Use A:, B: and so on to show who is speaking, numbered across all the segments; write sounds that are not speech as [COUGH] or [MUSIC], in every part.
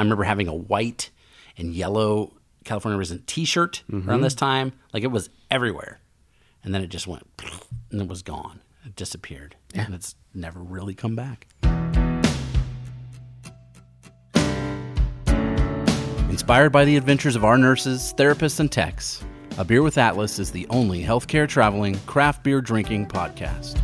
A: I remember having a white and yellow California Resident T-shirt around this time. Like it was everywhere, and then it just went [LAUGHS] and it was gone. It disappeared, and it's never really come back. Inspired by the adventures of our nurses, therapists, and techs, A Beer with Atlas is the only healthcare traveling, craft beer drinking podcast.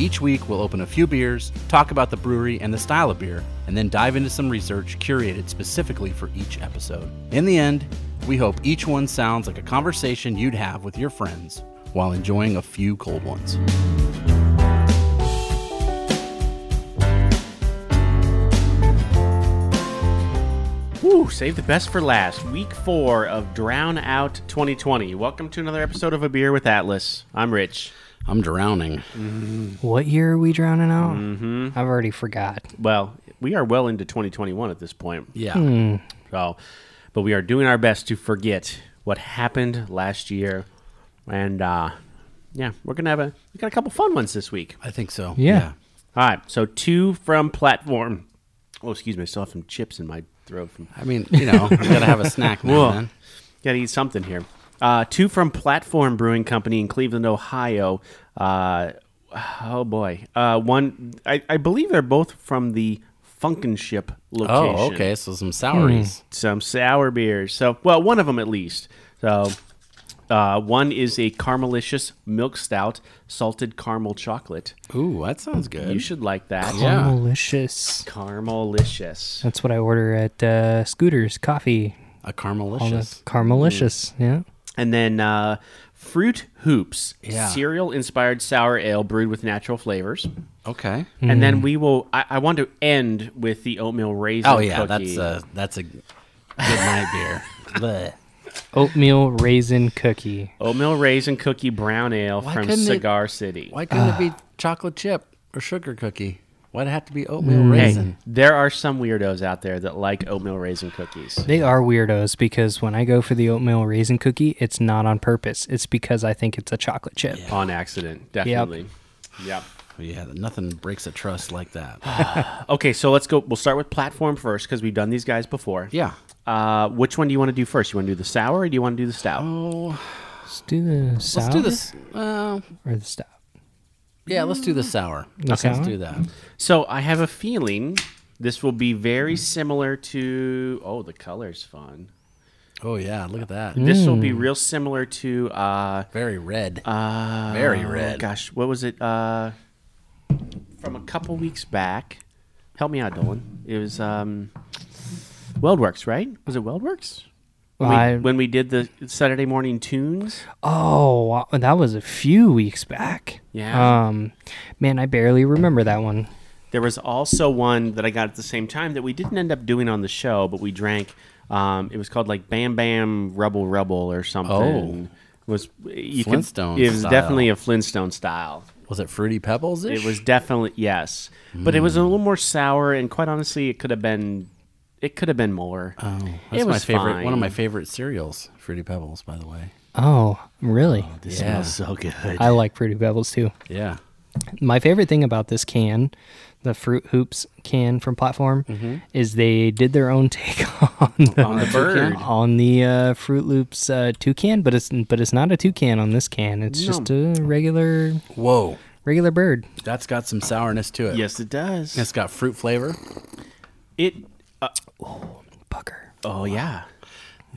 A: Each week, we'll open a few beers, talk about the brewery and the style of beer, and then dive into some research curated specifically for each episode. In the end, we hope each one sounds like a conversation you'd have with your friends while enjoying a few cold ones.
B: Woo, save the best for last. Week four of Drown Out 2020. Welcome to another episode of A Beer with Atlas. I'm Rich.
A: I'm drowning.
C: What year are we drowning out? I've already forgot.
B: Well, we are well into 2021 at this point.
A: Yeah.
B: So, but we are doing our best to forget what happened last year. And, uh, yeah, we're going to have a, we got a couple fun ones this week.
A: I think so.
C: Yeah.
B: All right. So, two from platform. Oh, excuse me. I still have some chips in my throat from
A: I mean, you know, you gotta have a snack now
B: Whoa.
A: and then.
B: Gotta eat something here. Uh, two from Platform Brewing Company in Cleveland, Ohio. Uh, oh boy. Uh, one, I, I believe they're both from the Funkenship location.
A: Oh, okay. So some salaries.
B: Some sour beers. So, well, one of them at least. So, uh, one is a Caramelicious Milk Stout, salted caramel chocolate.
A: Ooh, that sounds
B: You
A: good.
B: should like that.
A: Yeah.
C: Malicious.
B: Caramelicious.
C: That's what I order at uh, Scooters Coffee.
A: A
C: All the
A: caramelicious.
C: Carmelicious. Yeah.
B: And then uh, Fruit Hoops,
A: Yeah.
B: cereal inspired sour ale brewed with natural flavors.
A: Okay.
B: And then we will. I, I want to end with the oatmeal raisin.
A: Mm. Oh yeah,
B: cookie.
A: that's a that's a good night beer. [LAUGHS] Bleh.
C: Oatmeal raisin cookie.
B: oatmeal raisin cookie brown ale
A: Why
B: from
A: couldn't it-
B: Cigar City.
A: Why couldn't it be chocolate chip or sugar cookie? Why'd it have to be oatmeal
B: Hey,
A: raisin?
B: there are some weirdos out there that like oatmeal raisin cookies.
C: They are weirdos because when I go for the oatmeal raisin cookie, it's not on purpose. It's because I think it's a chocolate chip.
B: On accident, definitely. Yep.
A: Yeah, nothing breaks a trust like that.
B: Okay, so let's go. We'll start with platform first because we've done these guys before.
A: [SIGHS] yeah.
B: Uh, which one do you want to do first? You want to do the sour or do you want to do the stout?
A: Oh.
C: Let's do the sour
A: Let's do this. Uh,
C: or the stout.
A: yeah, let's do the sour. Okay. Let's
C: sour?
A: do that.
B: So I have a feeling this will be
A: Mm.
B: very similar to. Oh, the color's fun.
A: Oh yeah, look at that.
B: This will be
A: Mm.
B: real similar to uh,
A: Very red.
B: uh
A: Very red.
B: Gosh, what was it? Uh from a couple weeks back. Help me out, Dolan. It was um Weldworks, right? Was it Weldworks? When,
C: I-
B: we, when we did the Saturday morning tunes.
C: Oh, wow, that was a few weeks back.
B: Yeah.
C: Um, man, I barely remember that one.
B: There was also one that I got at the same time that we didn't end up doing on the show, but we drank. Um, it was called like Bam Bam Rubble Rubble or something. Oh. Was you could-
A: Flintstone
B: it was
A: style.
B: definitely a Flintstone style.
A: Was it fruity pebbles?
B: It was definitely yes, but it was a little more sour, and quite honestly, it could have been, it could have been more. Oh,
A: That's my favorite. One of my favorite cereals, fruity pebbles. By the way.
C: Oh, really?
B: This
A: Yeah.
B: smells so good. [LAUGHS]
C: I like Fruity Pebbles too.
A: Yeah.
C: My favorite thing about this can, the Fruit Hoops can from Platform,
A: Mm-hmm.
C: is they did their own [LAUGHS] take on the,
B: On the bird.
C: on the uh, Fruit Loops uh, toucan, but it's but it's not a toucan on this can. It's
B: No.
C: just a regular
A: Whoa.
C: regular bird.
A: That's got some sourness to it.
B: Yes, it does.
A: It's got fruit flavor.
B: It. Uh,
C: Pucker.
B: oh yeah.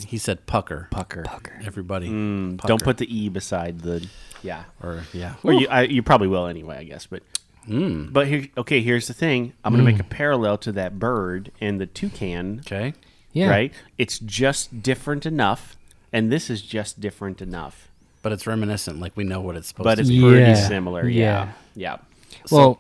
A: He said pucker.
B: Pucker.
A: Everybody.
B: Don't put the e beside the. Yeah.
A: Or yeah.
B: Or you, I, you probably will anyway, I guess. But but here, okay. Here's the thing. I'm gonna make a parallel to that bird and the toucan.
A: Okay.
C: Yeah.
B: Right. It's just different enough, and this is just different enough.
A: But it's reminiscent. Like we know what it's supposed
B: But
A: to
B: it's
A: be.
B: pretty
C: Yeah.
B: similar. Yeah. Yeah.
C: Well,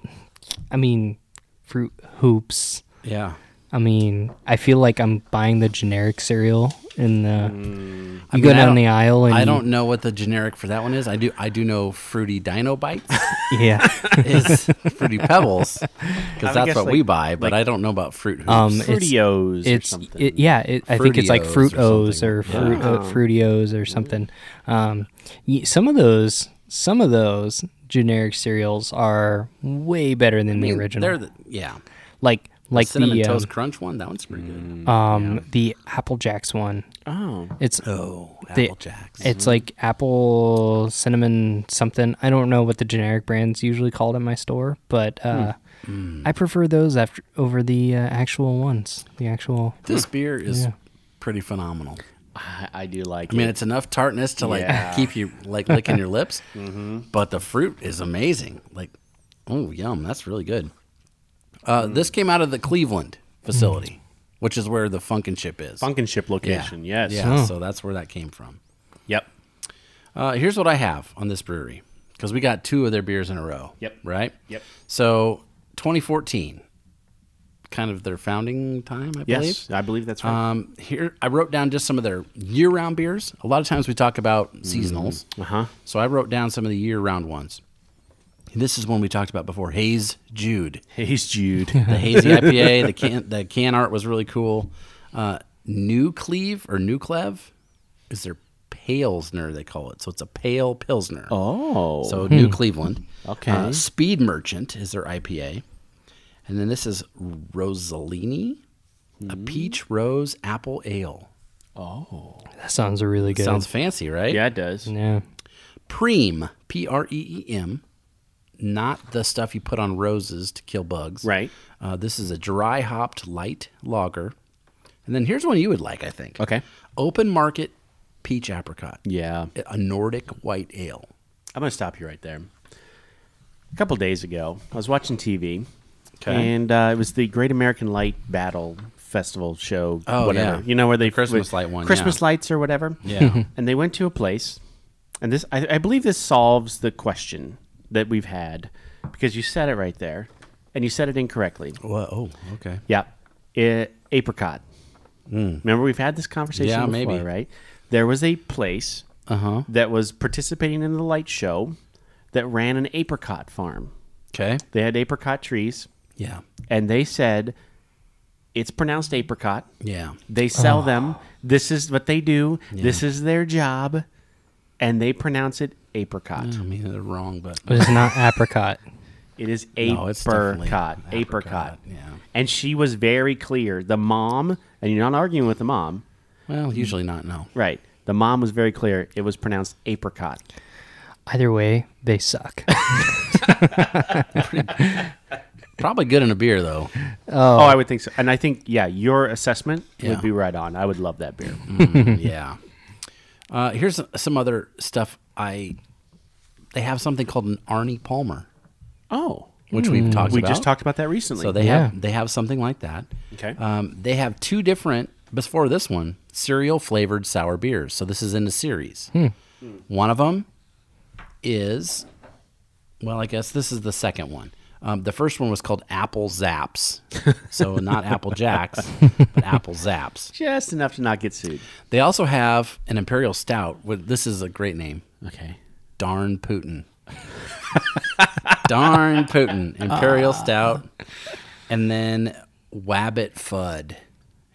C: I mean, Fruit Hoops.
A: Yeah.
C: I mean, I feel like I'm buying the generic cereal in the. You
A: Mm. I
C: go
A: mean, I
C: down
A: don't-
C: the aisle and
A: I
C: you-
A: don't know what the generic for that one is. I do. I do know fruity dino
C: [LAUGHS]
A: bites
C: [LAUGHS] Yeah.
A: [LAUGHS] is fruity pebbles because that's
B: guess,
A: what
B: like-
A: we buy. But I don't know about fruit hoops.
C: Um, it's-
B: Fruitios or
C: it's
B: something.
C: it, yeah it, i think it's like
A: Fruitios or
C: fruitos
A: something.
C: or, fruit, uh, fruitios or something um, y- some of those some of those generic cereals are way better than the original
A: They're the, yeah.
C: like like the,
A: Cinnamon
C: um,
A: Toast Crunch one. That one's pretty good.
C: um, the Apple Jacks one.
B: Oh,
C: It's
A: Oh,
C: the-
A: Apple Jacks.
C: It's like apple cinnamon something. I don't know what the generic brands usually called at my store, but uh,
A: Hmm.
C: I prefer those after over the uh, actual ones. The actual
A: this beer is
C: Hmm. Yeah.
A: pretty phenomenal.
B: I, I do like.
A: I mean,
B: it.
A: it's enough tartness to like
B: Yeah. Mm-hmm.
A: keep you like licking
B: [LAUGHS]
A: your lips, but the fruit is amazing. Like, oh, yum! That's really good. Uh,
B: Mm.
A: This came out of the Cleveland facility, which is where the Funkin' Chip is.
B: Funkin' Ship
A: Yeah.
B: location. Yes.
A: Yeah. So that's where that came from.
B: Yep.
A: Uh, here's what I have on this brewery because we got two of their beers in a row.
B: Yep.
A: Right.
B: Yep.
A: So 2014, kind of their founding time, I
B: Yes,
A: believe.
B: I believe that's right.
A: Um, here I wrote down just some of their year-round beers. A lot of times we talk about seasonals,
B: uh huh.
A: so I wrote down some of the year-round ones. This is one we talked about before. Haze Jude,
B: He's Jude.
A: the
B: [LAUGHS]
A: hazy IPA. The can the can art was really cool. Uh, New Cleve or New Clev is their Pilsner they call it. So it's a pale Pilsner.
B: oh.
A: So New Cleveland.
B: Okay.
A: Uh, Speed Merchant is their IPA. And then this is Rosalini, a
B: Hmm.
A: peach rose apple ale.
B: oh.
C: that sounds really good.
A: Sounds fancy, right?
B: Yeah, it does.
C: yeah.
A: Preem, P R E E M, not the stuff you put on roses to kill bugs.
B: Right.
A: Uh, this is a dry hopped light lager. And then here's one you would like, I think.
B: Okay.
A: Open market peach apricot,
B: Yeah.
A: a Nordic white ale.
B: I'm going to stop you right there. A couple days ago, I was watching TV,
A: Okay.
B: and uh, it was the Great American Light Battle Festival show,
A: Oh,
B: whatever.
A: yeah.
B: You know where they
A: Christmas
B: with-
A: light one,
B: Christmas
A: yeah.
B: lights or whatever.
A: [LAUGHS]
B: [LAUGHS]
A: Yeah.
B: and they went to a place, and this I, I believe this solves the question that we've had because you said it right there, and you said it incorrectly.
A: Whoa, oh, okay.
B: Yeah, I- apricot. Remember, we've had this conversation
A: Hmm. Yeah,
B: before,
A: maybe.
B: right? There was a place
A: Uh-huh.
B: that was participating in the light show that ran an apricot farm.
A: Okay.
B: They had apricot trees,
A: Yeah.
B: and they said it's pronounced apricot.
A: Yeah.
B: They
A: Oh.
B: sell them. This is what they do. This is their job, and they pronounce it apricot.
A: I mean, they're wrong, but
B: Uh,
C: But it's not [LAUGHS] apricot.
B: It is
A: No, it's definitely
B: apricot. apricot.
A: apricot, yeah.
B: And she was very clear. The mom, and you're not arguing with the mom,
A: well, usually not.
B: [LAUGHS]
A: No.
B: right? The mom was very clear. It was pronounced apricot.
C: Either way, they [LAUGHS] suck.
A: Probably good in a beer though.
B: Oh. I would think so. And I think, yeah, your assessment
A: Yeah. Mm.
B: would be right on. I would love that beer.
A: yeah. Uh, here's some other stuff. I they have something called an Arnie Palmer,
B: oh,
A: which we've talked
B: we
A: about.
B: just talked about that recently.
A: So they
C: Yeah.
A: have they have something like that.
B: Okay.
A: Um, they have two different before this one cereal flavored sour beers. So this is in a series.
B: Hmm.
A: One of them is well, I guess this is the second one. Um, the first one was called Apple
B: [LAUGHS]
A: Zaps, so not Apple Jacks, but Apple Zaps.
B: just enough to not get sued.
A: They also have an Imperial Stout. With, this is a great name.
B: Okay.
A: Darn Putin. [LAUGHS] Darn Putin.
B: Ah.
A: Imperial Stout. And then Wabbit Fud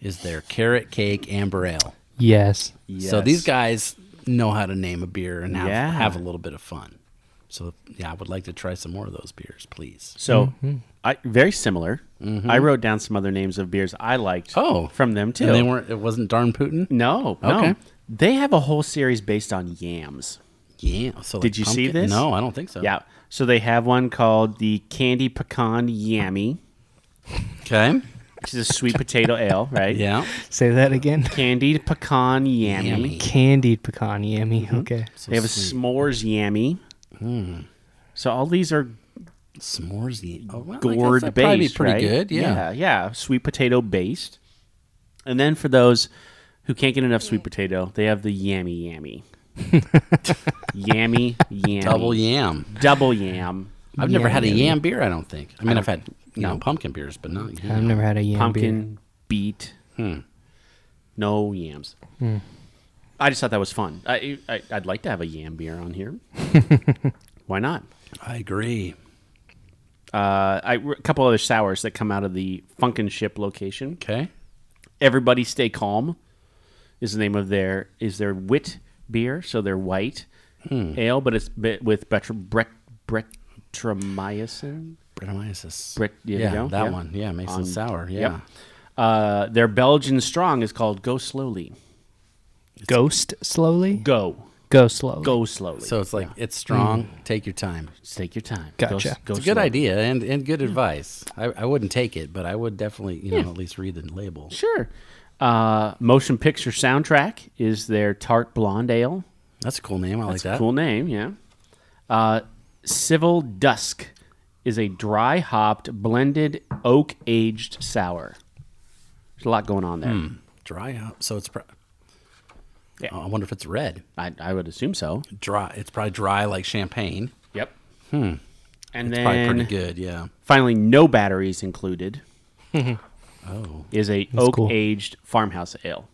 A: is their carrot cake amber ale.
C: yes.
A: So
B: Yes.
A: these guys know how to name a beer and have,
B: Yeah.
A: have a little bit of fun. So yeah, I would like to try some more of those beers, please.
B: So
A: Mm-hmm.
B: I, very similar. I wrote down some other names of beers I liked
A: Oh.
B: from them too.
A: And they weren't it wasn't Darn Putin?
B: no, no.
A: Okay.
B: They have a whole series based on yams.
A: Yeah. So like
B: Did you see
A: pumpkin-
B: this?
A: No, I don't think so.
B: Yeah. So they have one called the Candy Pecan Yammy,
A: Okay.
B: which is
A: [LAUGHS]
B: a sweet potato ale, right?
A: Yeah.
C: Say that again.
B: Candy Pecan Yammy.
A: Yummy.
C: Candied pecan yummy. Okay.
B: They have a s'mores yammy.
A: Hmm.
B: So all these are
A: S'mores. ye- Oh, well, I guess
B: gourd
A: that'd probably be
B: based,
A: pretty
B: right?
A: good.
B: yeah, yeah, sweet potato based. And then for those who can't get enough sweet potato, they have the yammy
A: [LAUGHS]
B: yammy, yammy yammy,
A: Double yam.
B: double yam,
A: I've never had a yam beer. I don't think. I mean, I've had you know pumpkin beers, but not Hmm. yam.
C: I've never had a yam beer.
B: pumpkin beet. No yams.
A: Hmm.
B: I just thought that was fun. I, I I'd like to have a yam beer on
A: [LAUGHS]
B: here. Why not?
A: I agree.
B: Uh, I, a couple other sours that come out of the Funkin' Ship location.
A: Okay.
B: Everybody Stay Calm is the name of their is their wit beer, so they're
A: Hmm.
B: white ale, but it's bit with betr- bret- bretromycin.
A: Brettanomyces.
B: Brit- there you
A: yeah,
B: go,
A: that
B: yeah.
A: one. Yeah, makes
B: On-
A: it sour. Yeah.
B: Yep. Uh, their Belgian strong is called Go Slowly.
C: Ghost slowly.
B: Go.
C: go slowly.
B: Go slowly.
A: So it's like it's strong. Take your time.
B: Just take your time.
C: Gotcha.
B: Go, s- go
A: Hmm. It's a good
B: slowly.
A: idea and, and good advice. I, I wouldn't take it, but I would definitely, you know, at least read the label.
B: Sure. Uh, motion picture soundtrack is their tart blonde ale.
A: That's a cool name. I like
B: It's a
A: that.
B: cool name, yeah. Uh, Civil Dusk is a dry hopped, blended, oak aged sour. There's a lot going on there.
A: Hmm. Dry hop. So it's. Pro- Oh,
B: Yeah.
A: I wonder if it's red.
B: I, I would assume so.
A: Dry. It's probably dry like champagne.
B: Yep. Hmm. And
A: Probably pretty
B: then
A: good. Yeah.
B: finally, no batteries included
A: [LAUGHS] Oh.
B: is a oak
C: cool.
B: aged farmhouse ale.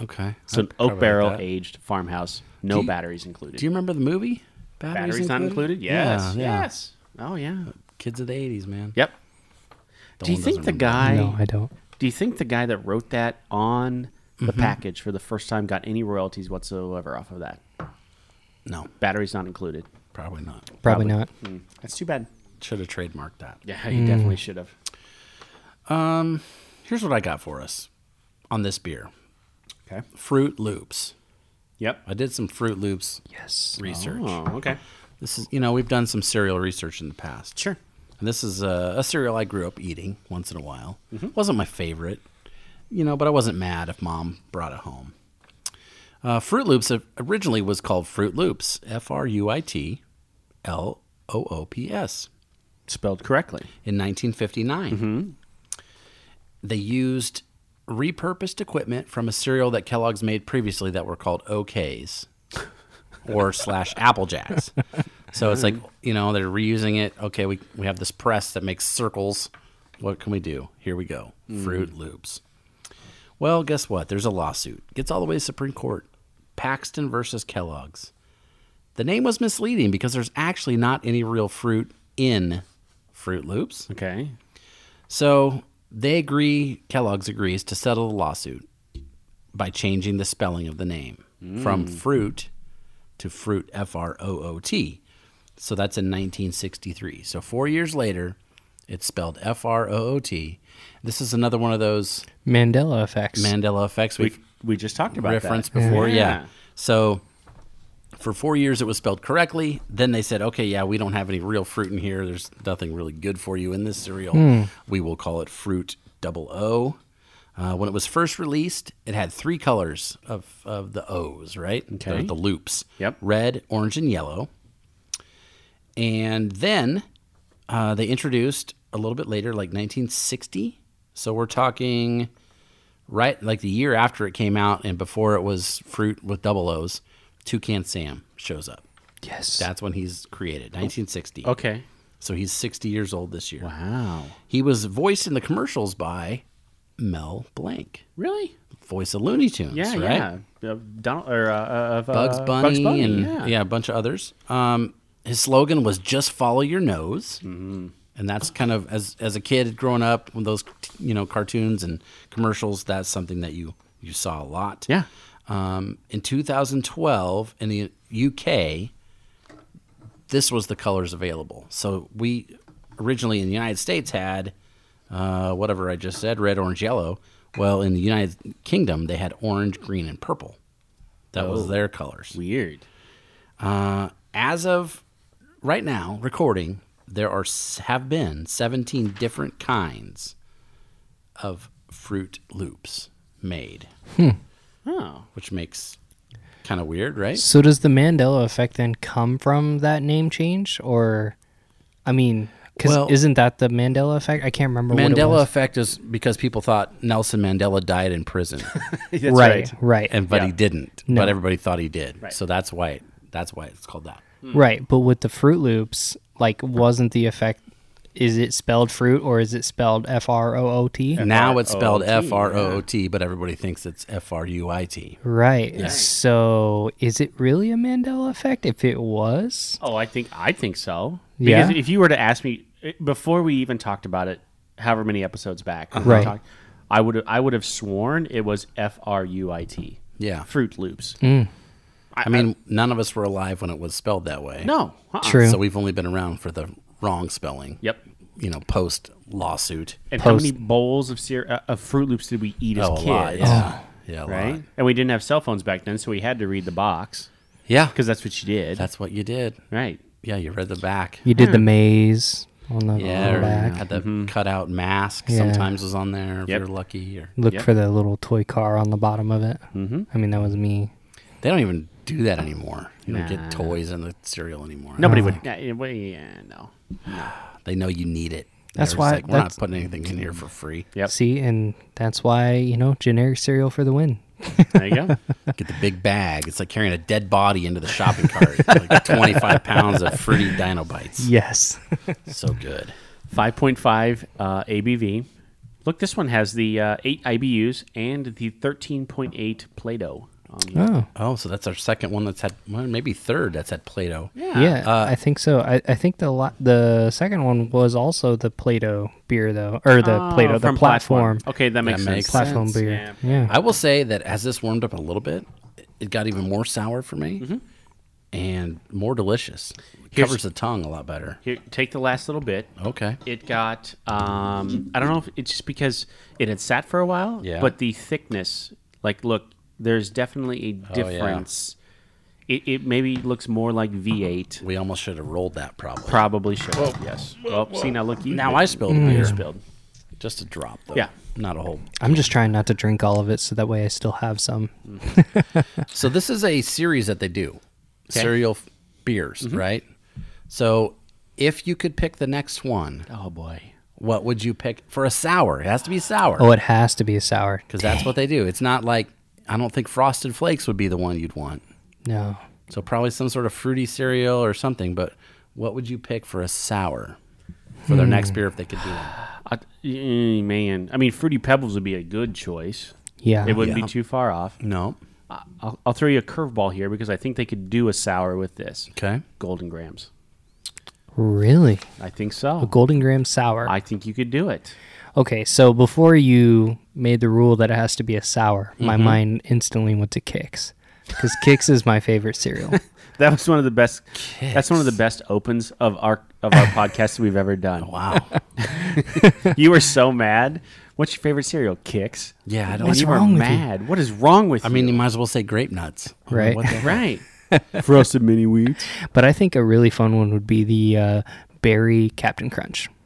A: Okay. I
B: So an
A: probably
B: oak
A: like
B: barrel
A: that.
B: aged farmhouse, no
A: you-
B: batteries included.
A: Do you remember the movie?
B: batteries not included? Yes.
A: Yeah, yeah.
B: Yes. Oh yeah.
A: Kids of the '80s, man.
B: Yep.
A: The
B: do you
A: one
B: think
A: doesn't
B: the
A: remember.
B: guy?
C: no, I don't.
B: Do you think the guy that wrote that on the package for the first time got any royalties whatsoever off of that?
A: No,
B: Batteries not included.
A: probably not.
C: Probably,
B: Probably.
C: not.
B: That's too bad.
A: Should have trademarked that.
B: Yeah, he definitely should have.
A: Um, here's what I got for us on this beer:
B: Okay.
A: Fruit Loops.
B: Yep.
A: I did some Fruit Loops
C: Yes.
A: research.
B: Oh, okay.
A: This is, you know, we've done some cereal research in the past.
B: Sure.
A: And this is a, a cereal I grew up eating once in a while. wasn't my favorite, you know, but I wasn't mad if mom brought it home. Uh, Fruit Loops o- originally was called Fruit Loops, F R U I T L O O P S,
B: Spelled correctly.
A: in 1959. They used repurposed equipment from a cereal that Kellogg's made previously that were called OKs or slash Apple Jacks. So it's like, you know, they're reusing it. Okay, we, we have this press that makes circles. What can we do? Here we go. Fruit Loops. Well, guess what? There's a lawsuit. Gets all the way to Supreme Court. Paxton versus Kellogg's. The name was misleading because there's actually not any real fruit in Fruit Loops.
B: Okay.
A: So they agree, Kellogg's agrees to settle the lawsuit by changing the spelling of the name from fruit to fruit, F R O O T. So that's in 1963. So four years later, it's spelled F R O O T. This is another one of those
C: Mandela effects.
A: Mandela effects
B: We
A: we've
B: we just talked about
A: referenced
B: that.
A: before. Yeah.
B: Yeah.
A: So for four years, it was spelled correctly. Then they said, okay, yeah, we don't have any real fruit in here. There's nothing really good for you in this cereal. We will call it fruit double O. Uh, when it was first released, it had three colors of, of the O's, right?
B: Okay.
A: The, the loops.
B: Yep.
A: Red, orange, and yellow. And then uh, they introduced a little bit later, like 1960. So we're talking right like the year after it came out and before it was fruit with double O's, Toucan Sam shows up.
C: Yes.
A: That's when he's created, 1960.
B: Okay.
A: So he's 60 years old this year.
B: Wow.
A: He was voiced in the commercials by Mel Blanc,
B: Really?
A: voice of Looney Tunes,
B: Yeah.
A: right?
B: Yeah. Uh, Donald or uh, uh, of, uh,
A: Bugs Bunny,
B: Bugs Bunny.
A: and
B: yeah.
A: yeah. a bunch of others. Um, his slogan was "Just follow your nose,"
B: Mm-hmm.
A: and that's kind of as as a kid growing up with those you know cartoons and commercials. That's something that you you saw a lot.
B: Yeah.
A: Um, in 2012, in the UK, this was the colors available. So we originally in the United States had uh, whatever I just said, red, orange, yellow. Well, in the United Kingdom, they had orange, green, and purple. That
B: Oh.
A: was their colors.
B: Weird.
A: Uh, as of right now, recording, there are s- have been 17 different kinds of fruit loops made,
B: Oh. [LAUGHS]
A: which makes kind of weird, right?
C: So does the Mandela effect then come from that name change, or, I mean, because
A: Well-
C: isn't that the Mandela effect? I can't remember. what it
A: Mandela
C: was.
A: effect is because people thought Nelson Mandela died in [LAUGHS] prison,
B: That's
C: Right. Right.
A: and but he
B: Yeah.
A: didn't.
C: No.
A: But everybody thought he did.
B: Right.
A: So that's why that's why it's called that.
C: right. But with the Fruit Loops, like, wasn't the effect? Is it spelled fruit or is it spelled F R O O T?
A: Now it's spelled
B: F-R-O-O-T,
A: F R O O T, but everybody thinks it's F R U I T.
C: Right. So is it really a Mandela effect? If it was,
B: Oh, I think I think so.
C: Yeah?
B: Because if you were to ask me eh, before we even talked about it, however many episodes back, we
C: Right.
B: talked- I would I would have sworn it was F R U I T.
A: Yeah.
B: Fruit Loops.
C: Mm.
A: I mean, none of us were alive when it was spelled that way.
B: No. uh-uh.
C: True.
A: So we've only been around for the wrong spelling.
B: Yep.
A: you know, post lawsuit.
B: And how
C: Post-
B: many bowls of cere- uh, of Fruit Loops did we eat as
A: Oh,
B: kids?
A: a lot. Yeah. yeah, a
B: Right,
A: lot.
B: and we didn't have cell phones back then, so we had to read the box
A: Yeah.
B: because that's what you did.
A: that's what you did.
B: right.
A: Yeah, you read the back.
C: You did the maze on the, on the
A: Yeah, or
C: back.
A: had the cutout mask.
C: Yeah.
A: Sometimes was on there if
B: Mm-hmm. Yep.
A: you're lucky. Or
C: Look
B: Yep.
C: for the little toy car on the bottom of it. Mm-hmm. I mean, that was me.
A: they don't even do that anymore. You don't
B: Nah.
A: get toys in the cereal anymore.
C: Ah.
B: Nobody would. Yeah, yeah, well, yeah, no.
A: They know you need it.
C: That's
A: They're just
C: why-
A: like, we're
C: that's-
A: not putting anything in here for free.
B: Yep.
C: See, and that's why you know generic cereal for the win.
B: There you
C: [LAUGHS]
B: go.
A: Get the big bag. It's like carrying a dead body into the shopping cart. like 25 pounds of fruity Dino Bites.
C: [LAUGHS] Yes.
A: So good.
B: 5.5 uh, ABV. Look, this one has the uh, 8 IBUs and the 13.8 Play Doh.
C: oh.
A: Oh, so that's our second one that's had, well, maybe third that's had Play Doh.
C: Yeah,
A: Uh,
C: I think so. I, I think the la- the second one was also the Play-Doh beer though, or the Oh. Play-Doh the platform
B: Okay, that Oh, makes
A: That
B: sense.
A: makes sense.
C: platform
A: Sense,
C: beer.
B: yeah.
C: Yeah.
A: I will say that as this warmed up a little bit, it got even more sour for me and more delicious. It
B: Here's-
A: covers the tongue a lot better.
B: Here, take the last little bit.
A: Okay.
B: It got, um, I don't know if it's just because it had sat for a while,
A: Yeah.
B: but the thickness, like, look, there's definitely a
A: Oh, yeah.
B: difference. It, it maybe looks more like V8.
A: We almost should have rolled that probably.
B: Probably should. Yes. Well, see, now look, you
A: now I spilled a
B: you
A: beer.
B: spilled.
A: Just a drop, though.
B: Yeah.
A: Not a whole
C: I'm just trying not to drink all of it, so that way I still have some.
A: So this is a series that they do, cereal f- beers, right? So if you could pick the next one,
B: Oh, boy.
A: what would you pick for a sour? It has to be sour
C: Oh,
A: because
C: it has to be a sour.
A: that's what they do. It's not like I don't think Frosted Flakes would be the one you'd want.
C: No,
A: So probably some sort of fruity cereal or something. But what would you pick for a sour for their next beer if they could do it?
B: I, eh, man, I mean, Fruity Pebbles would be a good choice.
C: yeah,
B: It wouldn't
A: Yeah.
B: be too far off.
A: No.
B: I- I'll, I'll throw you a curveball here because I think they could do a sour with this.
A: Okay.
B: Golden Grams.
C: really.
B: I think so.
C: Golden Graham sour.
B: I think you could do it.
C: okay, so before you made the rule that it has to be a sour, my
B: Mm-hmm.
C: mind instantly went to Kix, because Kix is my
B: [LAUGHS]
C: favorite cereal.
B: That was one of the best. That's one of the best opens of our of our podcast that we've ever
A: [LAUGHS]
B: done.
A: Wow.
B: You were so mad. What's your favorite cereal? Kicks.
A: Yeah, I don't.
B: And
C: What's
B: you
C: wrong
B: were
C: with you?
B: mad. What is wrong with
A: I
B: you?
A: mean, you might as well say grape nuts. I mean,
C: Right.
A: what the heck?
B: right. Frosted mini wheats.
C: but I think a really fun one would be the uh, berry Captain Crunch.
A: [LAUGHS]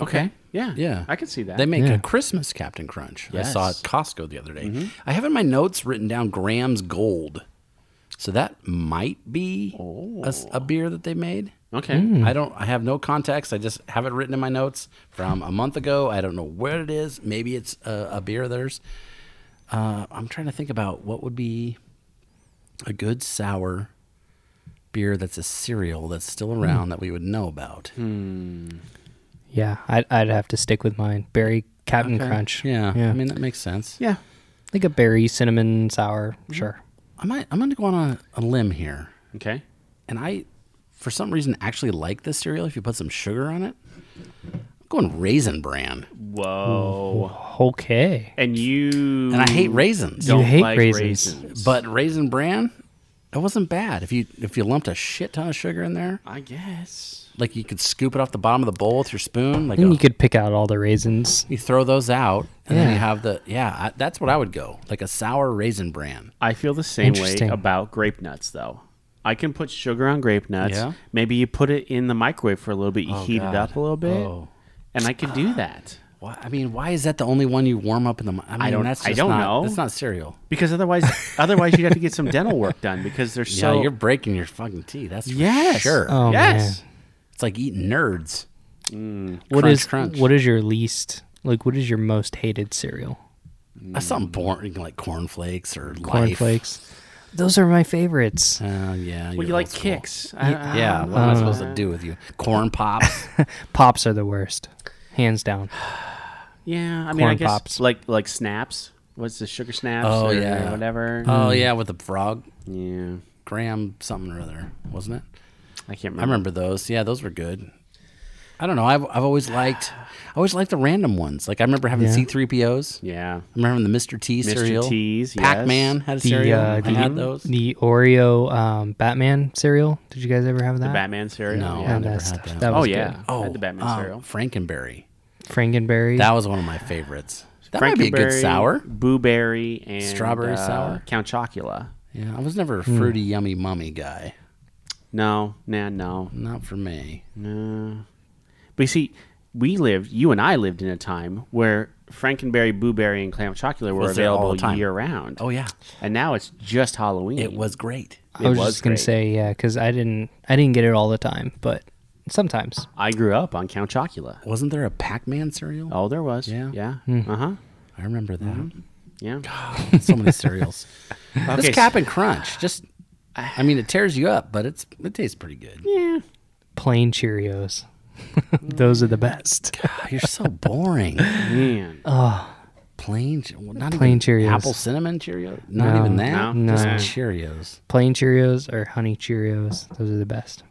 A: Okay.
B: Yeah.
A: Yeah. Mm-hmm.
B: I can see that.
A: They make
C: Yeah.
A: a Christmas Captain Crunch. I saw it
B: Yes.
A: at Costco the other day. I have in my notes written down Graham's Gold. So that might be a s- a, beer that they made.
B: okay.
A: I don't I have no context. I just have it written in my notes from a month ago. I don't know where it is. Maybe it's a, a beer of theirs. Uh, I'm trying to think about what would be a good sour beer that's a cereal that's still around that we would know about.
C: Yeah, I'd, I'd have to stick with mine. Berry Captain Crunch.
A: Yeah,
C: yeah.
A: I mean that makes sense.
B: Yeah.
C: like a berry cinnamon sour.
A: Mm-hmm.
C: Sure.
A: I might, I'm going to go on a, a limb here.
B: Okay.
A: And I, for some reason, actually like this cereal if you put some sugar on it. I'm going raisin bran.
B: Whoa.
C: Okay.
B: And you
A: And I hate raisins.
B: don't
C: You hate
B: like
C: raisins.
A: But raisin bran, it wasn't bad. If you if you lumped a shit ton of sugar in there,
B: I guess.
A: like you could scoop it off the bottom of the bowl with your spoon, like
C: Then
A: a-
C: you could pick out all the raisins.
A: [LAUGHS] you throw those out and then you
C: Yeah.
A: have the yeah, I, that's what I would go. Like a sour raisin bran.
B: I feel the same way
C: Interesting.
B: about grape nuts though. I can put sugar on grape nuts.
A: Yeah?
B: Maybe you put it in the microwave for a little bit, you heat
A: God.
B: it up a little bit.
A: Oh.
B: And I could do that.
A: Why, I mean, why is that the only one you warm up in the? mi- I mean,
B: don't-
A: That's
B: I
A: just
B: don't
A: not,
B: know.
A: That's not cereal.
B: Because otherwise [LAUGHS] otherwise you'd have to get some dental work done because they're
A: Yeah,
B: so
A: you're breaking your fucking teeth. That's for
B: Yes. Uh,
A: sure.
C: Oh,
B: Yes.
A: It's like eating nerds.
C: What
A: Crunch,
C: is-
A: crunch.
C: what is your least like? What is your most hated cereal?
A: That's something
B: Mm.
A: boring like cornflakes or
C: Cornflakes. Those are my favorites.
A: Life. Uh, yeah.
B: Well
A: you're
B: you like
A: old school.
B: kicks. Ah. Uh. I- I-
A: Yeah. What am I supposed to do with you? Corn pops.
C: Pops are the worst, hands
A: [SIGHS]
C: down.
B: yeah. I mean I
C: Corn
B: guess
C: Pops.
B: like like snaps. What's the sugar snaps
A: Oh,
B: or
A: yeah.
B: whatever?
A: oh yeah, with the frog,
B: yeah.
A: Graham something or other, wasn't it?
B: I can't remember.
A: I remember those. Yeah, those were good. I don't know. I've, I've always liked I always liked the random ones. Like I remember having
C: Yeah.
A: C3POs.
B: Yeah.
A: I remember having the Mr. T cereal.
B: T's, yes.
A: Pac-Man had a
C: The,
A: cereal.
C: uh,
A: I
C: the-
A: had those.
C: The Oreo um, Batman cereal. Did you guys ever have that?
B: The Batman cereal.
A: No,
C: Yeah,
A: I
B: Yeah.
A: never
C: that
A: had
C: stuff.
A: that.
C: That
B: Oh
C: was
B: yeah.
C: good.
B: I had the Batman
A: uh,
B: cereal.
A: Frankenberry.
C: Frankenberry.
A: That was one of my favorites. That might be a good
B: Frankenberry,
A: sour.
B: Blueberry and
A: Strawberry
B: uh,
A: sour?
B: Count Chocula.
A: Yeah, I was never a
B: Hmm.
A: fruity, yummy, mummy guy.
B: No, nah, no,
A: Not for me.
B: no. But you see, we lived. You and I lived in a time where Frankenberry, Blueberry, and Count Chocula were
A: Was there all
B: available
A: the time.
B: year round.
A: Oh yeah,
B: and now it's just Halloween.
A: it was great.
C: I was,
B: was
C: just gonna
B: great.
C: say yeah, because I didn't I didn't get it all the time, but sometimes.
B: I grew up on Count Chocula.
A: Wasn't there a Pac-Man cereal?
B: Oh, there was.
A: Yeah.
B: Yeah.
C: Hmm.
B: Uh huh.
A: I remember that.
B: Mm-hmm. Yeah.
A: so many
B: [LAUGHS]
A: cereals.
B: Okay,
A: This Cap and Crunch, just I mean, it tears you up, but it's it tastes pretty good.
B: Yeah.
C: plain Cheerios. [LAUGHS] Those are the best. [LAUGHS]
A: God, you're so boring.
B: Man.
C: Uh.
A: Plain, che- well, not
C: Plain
A: even
C: Cheerios.
A: apple cinnamon Cheerios. Not
C: No.
A: even that.
B: No.
A: Just
C: No.
A: Cheerios.
C: Plain Cheerios or honey Cheerios. Those are the best.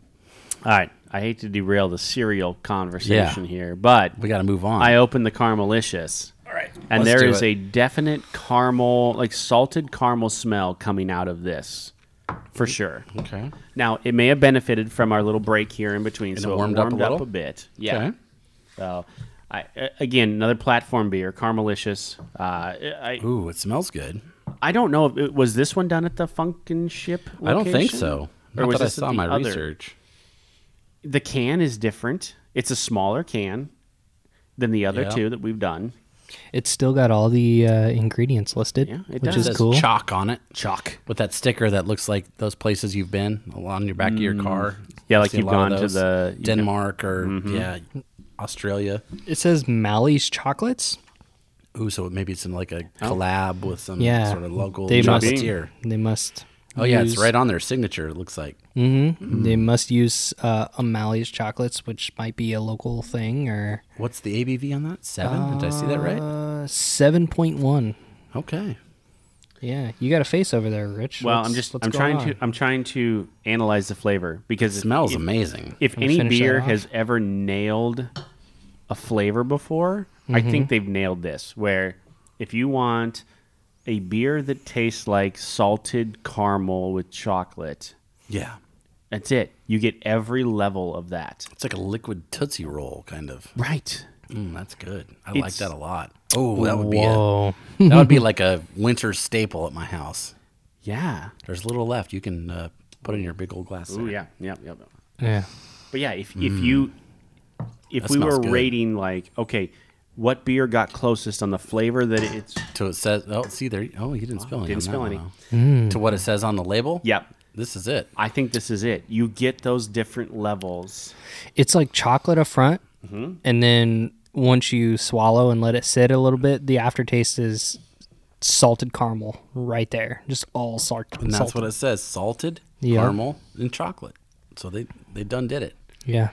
B: All right. I hate to derail the cereal conversation here, but
A: We got to move on.
B: I opened the Caramelicious.
A: All right,
B: And
A: let's
B: there
A: do
B: is
A: it.
B: a definite caramel, like salted caramel smell coming out of this, for sure.
A: okay.
B: Now it may have benefited from our little break here in between, so
A: it
B: it
A: warmed
B: warmed,
A: up a
B: up, a
A: little?
B: bit. Yeah.
A: Okay.
B: So, I, a- again, another platform beer, Caramelicious. Uh, I
A: Ooh, it smells good.
B: I don't know if it, was this one done at the Funkin' Ship.
A: I don't think
B: location?
A: so.
B: Or
A: Not
B: was
A: that I
B: this at
A: saw
B: the
A: my
B: other-
A: research.
B: The can is different. It's a smaller can than the other
A: Yeah.
B: two that we've done.
C: It's still got all the uh, ingredients listed,
B: Yeah, it
C: which
B: does.
A: It
C: is
A: says
C: cool.
A: chalk on it. Chalk. With that sticker that looks like those places you've been on your back of your car.
B: Mm. Yeah, like
A: See a
B: you've
A: lot of
B: gone to
A: those.
B: the- Mm-hmm. you've-
A: Denmark or yeah, Australia.
C: It says Mally's chocolates.
A: Ooh, so maybe it's in like a collab with some
C: Yeah,
A: sort of local
C: They must-
A: chocolatier.
C: They must.
A: Oh yeah, it's
C: use- mm-hmm.
A: right on their signature. It looks like
B: Mm.
C: They must use uh, a Mally's chocolates, which might be a local thing or
A: what's the ABV on that? Seven? Did I see that right?
C: uh, seven point one.
A: Okay.
C: Yeah, you got a face over there, Rich.
B: Well,
C: What's-
B: I'm just
C: what's
B: I'm
C: going
B: trying to
C: on?
B: I'm trying to analyze the flavor because it
A: smells
B: if,
A: amazing.
B: If
C: Wanna
B: any
C: finish that
B: beer
C: off?
B: has ever nailed a flavor before, I think they've nailed this. Where if you want a beer that tastes like salted caramel with chocolate,
A: yeah,
B: that's it. You get every level of that.
A: it's like a liquid tootsie roll kind of.
B: Right.
A: Mm, that's good. I like
B: It's-
A: that a lot. Oh, that would be a,
C: Whoa.
A: that would
C: [LAUGHS]
A: be like a winter staple at my house.
B: Yeah.
A: There's little left. You can uh, put in your big old glass.
B: Oh
A: there.
B: yeah. Yeah. Yeah. yeah.
C: Yeah.
B: But yeah, if if you if
A: That
B: we
A: smells
B: were
A: good.
B: rating like okay, what beer got closest on the flavor that it's
A: To it says. Oh, see there. Oh, you didn't spill any.
B: didn't
A: on
B: spill
A: that
B: any.
A: one,
C: Mm.
A: though. To what it says on the label.
B: Yep.
A: This is it.
B: I think this is it. You get those different levels.
C: It's like chocolate up front,
A: Mm-hmm.
C: and then once you swallow and let it sit a little bit, the aftertaste is salted caramel right there, just all salt.
A: And that's
C: salted.
A: what it says: salted,
C: Yeah.
A: caramel, and chocolate. So they they done did it.
C: yeah,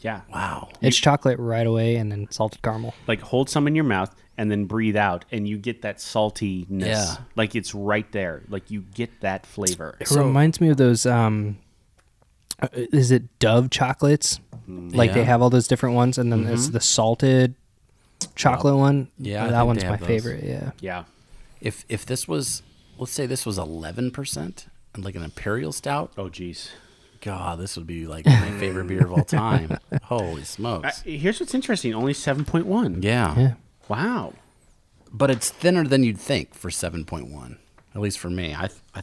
B: Yeah.
A: Wow.
C: it's chocolate right away, and then salted caramel.
B: Like hold some in your mouth and then breathe out and you get that saltiness.
A: Yeah.
B: Like it's right there. Like you get that flavor.
C: It reminds me of those. Um, uh, is it Dove chocolates? Like they
A: Mm, Yeah. Mm-hmm.
C: have all those different ones, and then it's the salted chocolate one.
A: yeah, I
C: that
A: think
C: one's
A: they
C: my
A: have those.
C: favorite. Yeah,
B: Yeah.
A: If if this was, let's say this was eleven percent, and like an imperial stout.
B: Oh geez.
A: God, this would be like
C: [LAUGHS]
A: my favorite beer of all time. Holy smokes!
B: Here's what's interesting. Only seven point one.
A: yeah.
C: yeah.
B: Wow.
A: but it's thinner than you'd think for seven point one. At least for me, I. I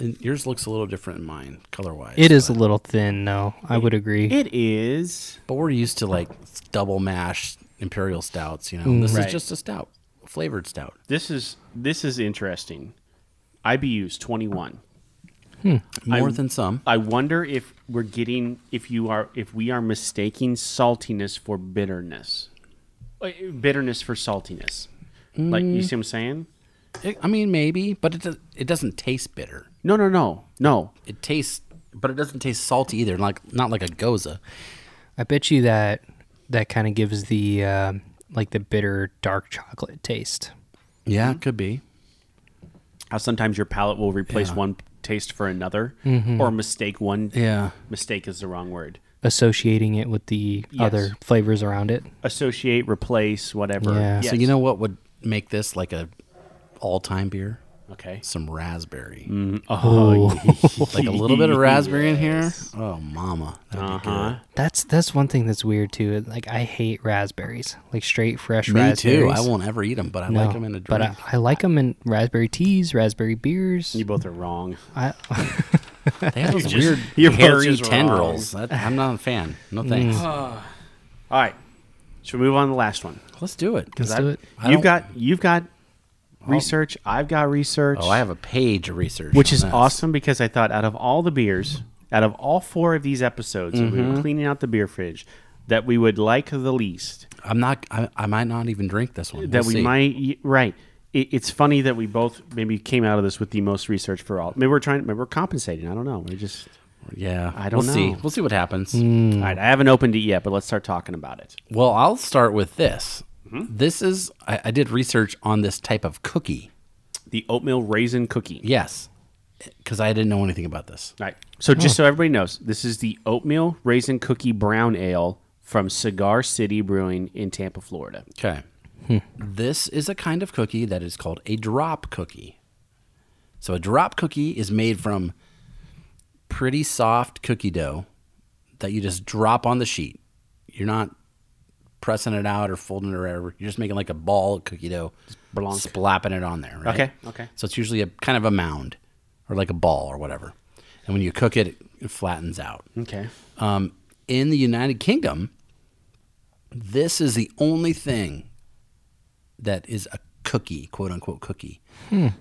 A: and yours looks a little different than mine, color wise.
C: It is a little thin, though. I would agree.
B: It is
A: But we're used to like double mash imperial stouts, you know. This
C: Mm.
B: Right.
A: is just a stout, flavored stout.
B: this is this is interesting. IBU's twenty one.
A: More than some.
B: I wonder if we're getting if you are if we are mistaking saltiness for bitterness, Uh, bitterness for saltiness. Like
A: Mm.
B: you see what I'm saying?
A: It- I mean, maybe, but it does, it doesn't taste bitter.
B: No, no, no, no.
A: It tastes, but it doesn't taste salty either. Like not like a goza.
C: I bet you that that kind of gives the um like the bitter dark chocolate taste.
A: Yeah, it could be.
B: How sometimes your palate
A: Mm-hmm.
B: will replace one taste for another, or mistake one.
A: Yeah.
B: Mistake is the wrong word.
C: associating it with the
B: Yes.
C: other flavors around it.
B: associate, replace, whatever.
C: Yeah.
A: So you know what would make this like a all-time beer?
B: Okay.
A: Some raspberry.
B: [LAUGHS] Oh,
A: [LAUGHS] Like a little bit of raspberry in here. Oh, mama. That'd be
B: Uh-huh.
C: That's that's one thing that's weird too. Like I hate raspberries, like straight fresh
A: Me
C: Uh, raspberries.
A: too. I won't ever eat them, but I
C: No,
A: like them in a drink.
C: but uh, I, I like them in raspberry teas, raspberry beers.
B: You both are wrong.
C: I, [LAUGHS]
A: They [LAUGHS] have those
D: just-
A: weird
B: [LAUGHS] you're both
A: hairy
B: just wrong.
A: tendrils. That, I'm not a fan. No thanks.
B: All right. Should we move on to the last one?
A: Let's do it.
C: let's
B: I-
C: do it.
A: I
B: You've
A: don't-
B: got you've got research. I've got research.
A: Oh, I have a page of research,
B: which
A: on
B: is
A: this.
B: awesome because I thought out of all the beers, out of all four of these episodes, if we
A: Mm-hmm.
B: were cleaning out the beer fridge, that we would like the least.
A: I'm not. I, I might not even drink this one.
B: that
A: We'll
B: we
A: see.
B: might y- right. It, it's funny that we both maybe came out of this with the most research for all. Maybe we're trying. Maybe we're compensating. I don't know. We're just.
A: Yeah,
B: I don't
A: we'll See.
B: know. Hmm.
A: We'll see what happens.
B: All right. I haven't opened it yet, but let's start talking about it.
A: Well, I'll start with this. This is. I, I did research on this type of cookie.
B: The oatmeal raisin cookie.
A: Yes, because I didn't know anything about this.
B: All right. So just so everybody knows, this is the oatmeal raisin cookie brown ale from Cigar City Brewing in Tampa, Florida.
A: Okay.
B: Hmm.
A: This is a kind of cookie that is called a drop cookie. So a drop cookie is made from pretty soft cookie dough that you just drop on the sheet. You're not pressing it out or folding it or whatever. You're just making like a ball of cookie dough,
B: blonk.
A: splapping it on there. Right?
B: Okay, okay.
A: So it's usually a kind of a mound or like a ball or whatever. And when you cook it, it flattens out.
B: Okay.
A: Um, in the United Kingdom, this is the only thing that is a cookie, quote unquote cookie.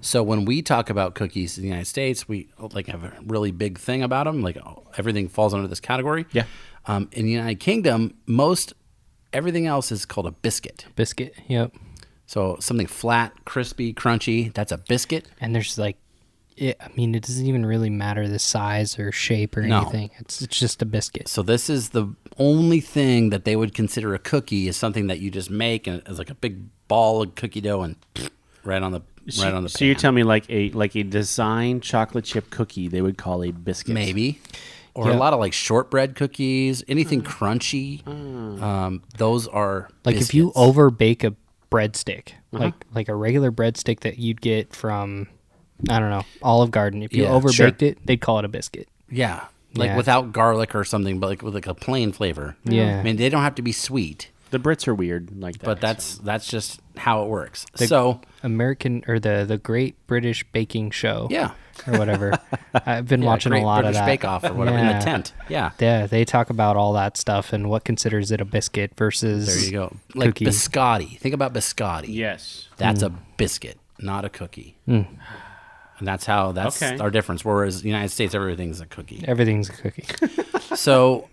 A: So when we talk about cookies in the United States, we like have a really big thing about them. Like oh, everything falls under this category.
B: Yeah.
A: Um, in the United Kingdom, most everything else is called a biscuit.
C: Biscuit. Yep.
A: So something flat, crispy, crunchy. That's a biscuit.
C: And there's like, it, I mean, it doesn't even really matter the size or shape or
A: No.
C: anything. It's it's just a biscuit.
A: So this is the only thing that they would consider a cookie is something that you just make and it's like a big ball of cookie dough and [SNIFFS] right on the right on the
B: So you
A: pan.
B: tell me like a like a design chocolate chip cookie they would call a biscuit.
A: maybe or a
C: Yeah.
A: lot of like shortbread cookies, anything crunchy. Um, those are
C: Like if you
A: biscuits. Uh-huh.
C: over bake a breadstick, like like a regular breadstick that you'd get from, I don't know, Olive Garden. If you
A: Yeah,
C: over
A: sure.
C: baked it, they'd call it a biscuit.
A: yeah like
C: Yeah.
A: without garlic or something, but like with like a plain flavor.
C: Yeah.
A: I mean they don't have to be sweet,
B: The Brits are weird like that.
A: but
B: so.
A: that's that's just how it works. so
C: American or the the Great British Baking Show.
A: Yeah. [LAUGHS]
C: Or whatever. I've been watching
A: Great
C: a lot
A: British
C: of that.
A: Bake Off or whatever in
C: Yeah.
A: the tent. Yeah.
C: Yeah, they talk about all that stuff and what considers it a biscuit versus
A: There you go. Like
C: Cookie.
A: biscotti. Think about biscotti.
B: yes.
A: That's a biscuit, not a cookie. And that's how that's
B: Okay.
A: our difference. Whereas the United States, everything's a cookie.
C: everything's
A: [LAUGHS]
C: a cookie.
A: so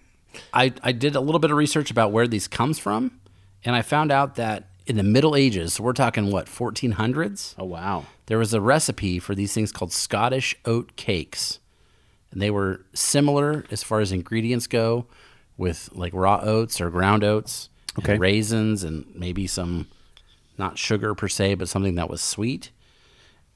A: I, I did a little bit of research about where these comes from, and I found out that in the Middle Ages, so we're talking what, 1400s?
B: Oh wow.
A: There was a recipe for these things called Scottish oat cakes. And they were similar as far as ingredients go with like raw oats or ground oats, and
B: Okay.
A: raisins, and maybe some, not sugar per se, but something that was sweet.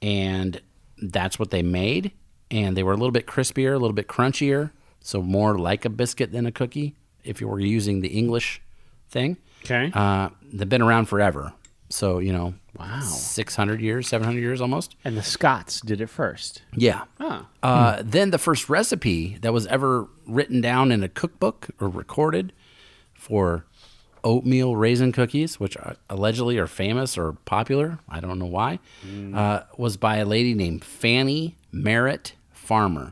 A: And that's what they made. And they were a little bit crispier, a little bit crunchier. So more like a biscuit than a cookie if you were using the English thing.
B: Okay.
A: Uh, they've been around forever. So, you know,
B: Wow.
A: 600 years, 700 years almost.
B: and the Scots did it first.
A: Yeah.
B: Huh.
A: Uh, Then the first recipe that was ever written down in a cookbook or recorded for oatmeal raisin cookies, which are- allegedly are famous or popular, I don't know why, uh, was by a lady named Fanny Merritt Farmer.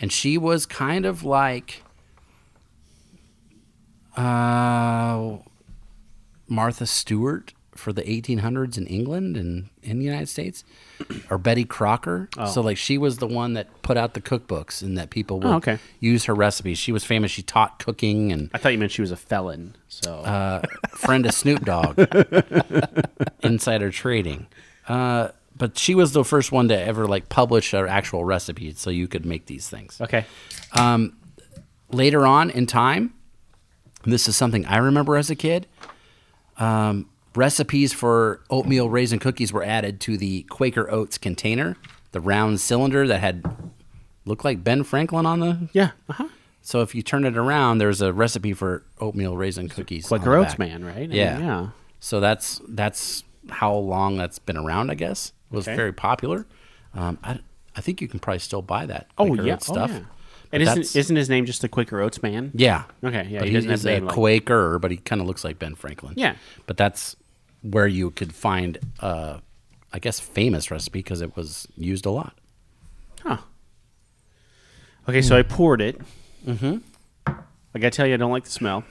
A: And she was kind of like uh, Martha Stewart for the 1800s in England and in the United States, [CLEARS THROAT] or Betty Crocker.
B: Oh.
A: So like she was the one that put out the cookbooks and that people would
B: Oh, okay.
A: use her recipes. She was famous. She taught cooking
B: [LAUGHS]
A: and
B: I thought you meant she was a felon. So
A: uh, friend of Snoop
B: [LAUGHS]
A: Dogg, insider trading. Uh, but she was the first one to ever like publish her actual recipe, so you could make these things
B: okay.
A: later on in time, this is something I remember as a kid. Um, recipes for oatmeal raisin cookies were added to the Quaker Oats container, the round cylinder that had looked like Ben Franklin on the
B: Yeah. Uh huh.
A: So if you turn it around, there's a recipe for oatmeal raisin cookies.
B: like
A: on the
B: Oats
A: back.
B: Man, right? I mean,
A: Yeah.
B: yeah.
A: So that's that's how long that's been around. I guess it was
B: Okay.
A: very popular. Um, I I think you can probably still buy that.
B: Oh
A: Quaker
B: yeah.
A: Oats
B: oh,
A: stuff.
B: yeah.
A: But
B: And
A: that's-
B: isn't isn't his name just the Quaker Oats Man?
A: yeah.
B: Okay, yeah,
A: But
B: he
A: he
B: doesn't have
A: is a
B: name like-
A: Quaker, but he kind of looks like Ben Franklin.
B: Yeah.
A: But that's where you could find, uh, I guess, famous recipe because it was used a lot.
B: Huh. Okay, so I
A: Hmm.
B: poured it. Mm-hmm. Like I tell you, I don't like the smell.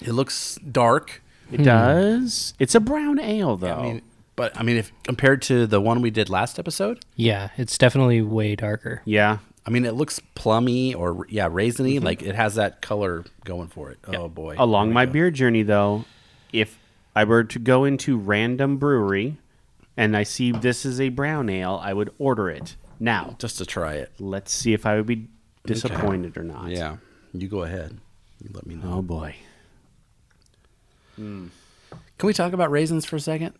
A: It looks dark.
B: It does. It's a brown ale, though.
A: I mean, but I mean, if compared to the one we did last episode,
C: Yeah, it's definitely way darker.
B: yeah.
A: I mean, it looks plummy or yeah, raisiny.
B: Mm-hmm.
A: Like it has that color going for it. Oh boy.
B: Along my beer journey, though, if I were to go into random brewery and I see this is a brown ale, I would order it now.
A: just to try it.
B: Let's see if I would be disappointed or not.
A: Yeah, you go ahead. You let me know.
B: Oh boy.
A: Can we talk about raisins for a second?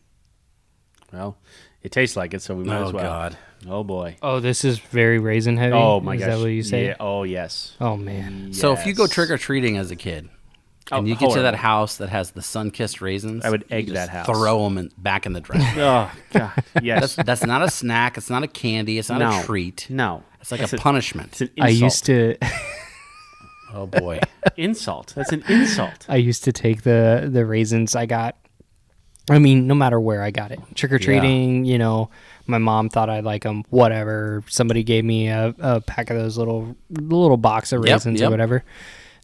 B: Well, it tastes like it, so we might
A: Oh
B: as well.
A: God.
B: Oh boy.
C: Oh, this is very raisin heavy.
B: Oh my
C: is
B: gosh.
C: that what you say?
B: Yeah. Oh yes.
C: Oh man.
A: So if you go
B: Yes.
A: trick or treating as a kid, and
B: Oh,
A: you get to
B: horrible.
A: that house that has the sun-kissed raisins,
B: I would
A: you
B: egg
A: just
B: that house.
A: Throw them in, back in the
B: [LAUGHS]
A: trash.
B: Oh god.
A: that's
B: Yes.
A: that's not a snack. It's not a candy. It's not
B: no
A: a treat.
B: No.
A: it's like
B: That's
A: a
B: an-
A: punishment.
B: It's an
C: I
B: insult.
C: used to
A: oh
B: [LAUGHS]
A: boy.
B: insult. That's an
A: [LAUGHS]
B: insult.
C: I used to take the the raisins I got. I mean, no matter where I got it, trick or treating. You know, my mom thought I'd like them. Whatever. Somebody gave me a, a pack of those little little box of
A: Yep,
C: raisins
A: yep.
C: or whatever.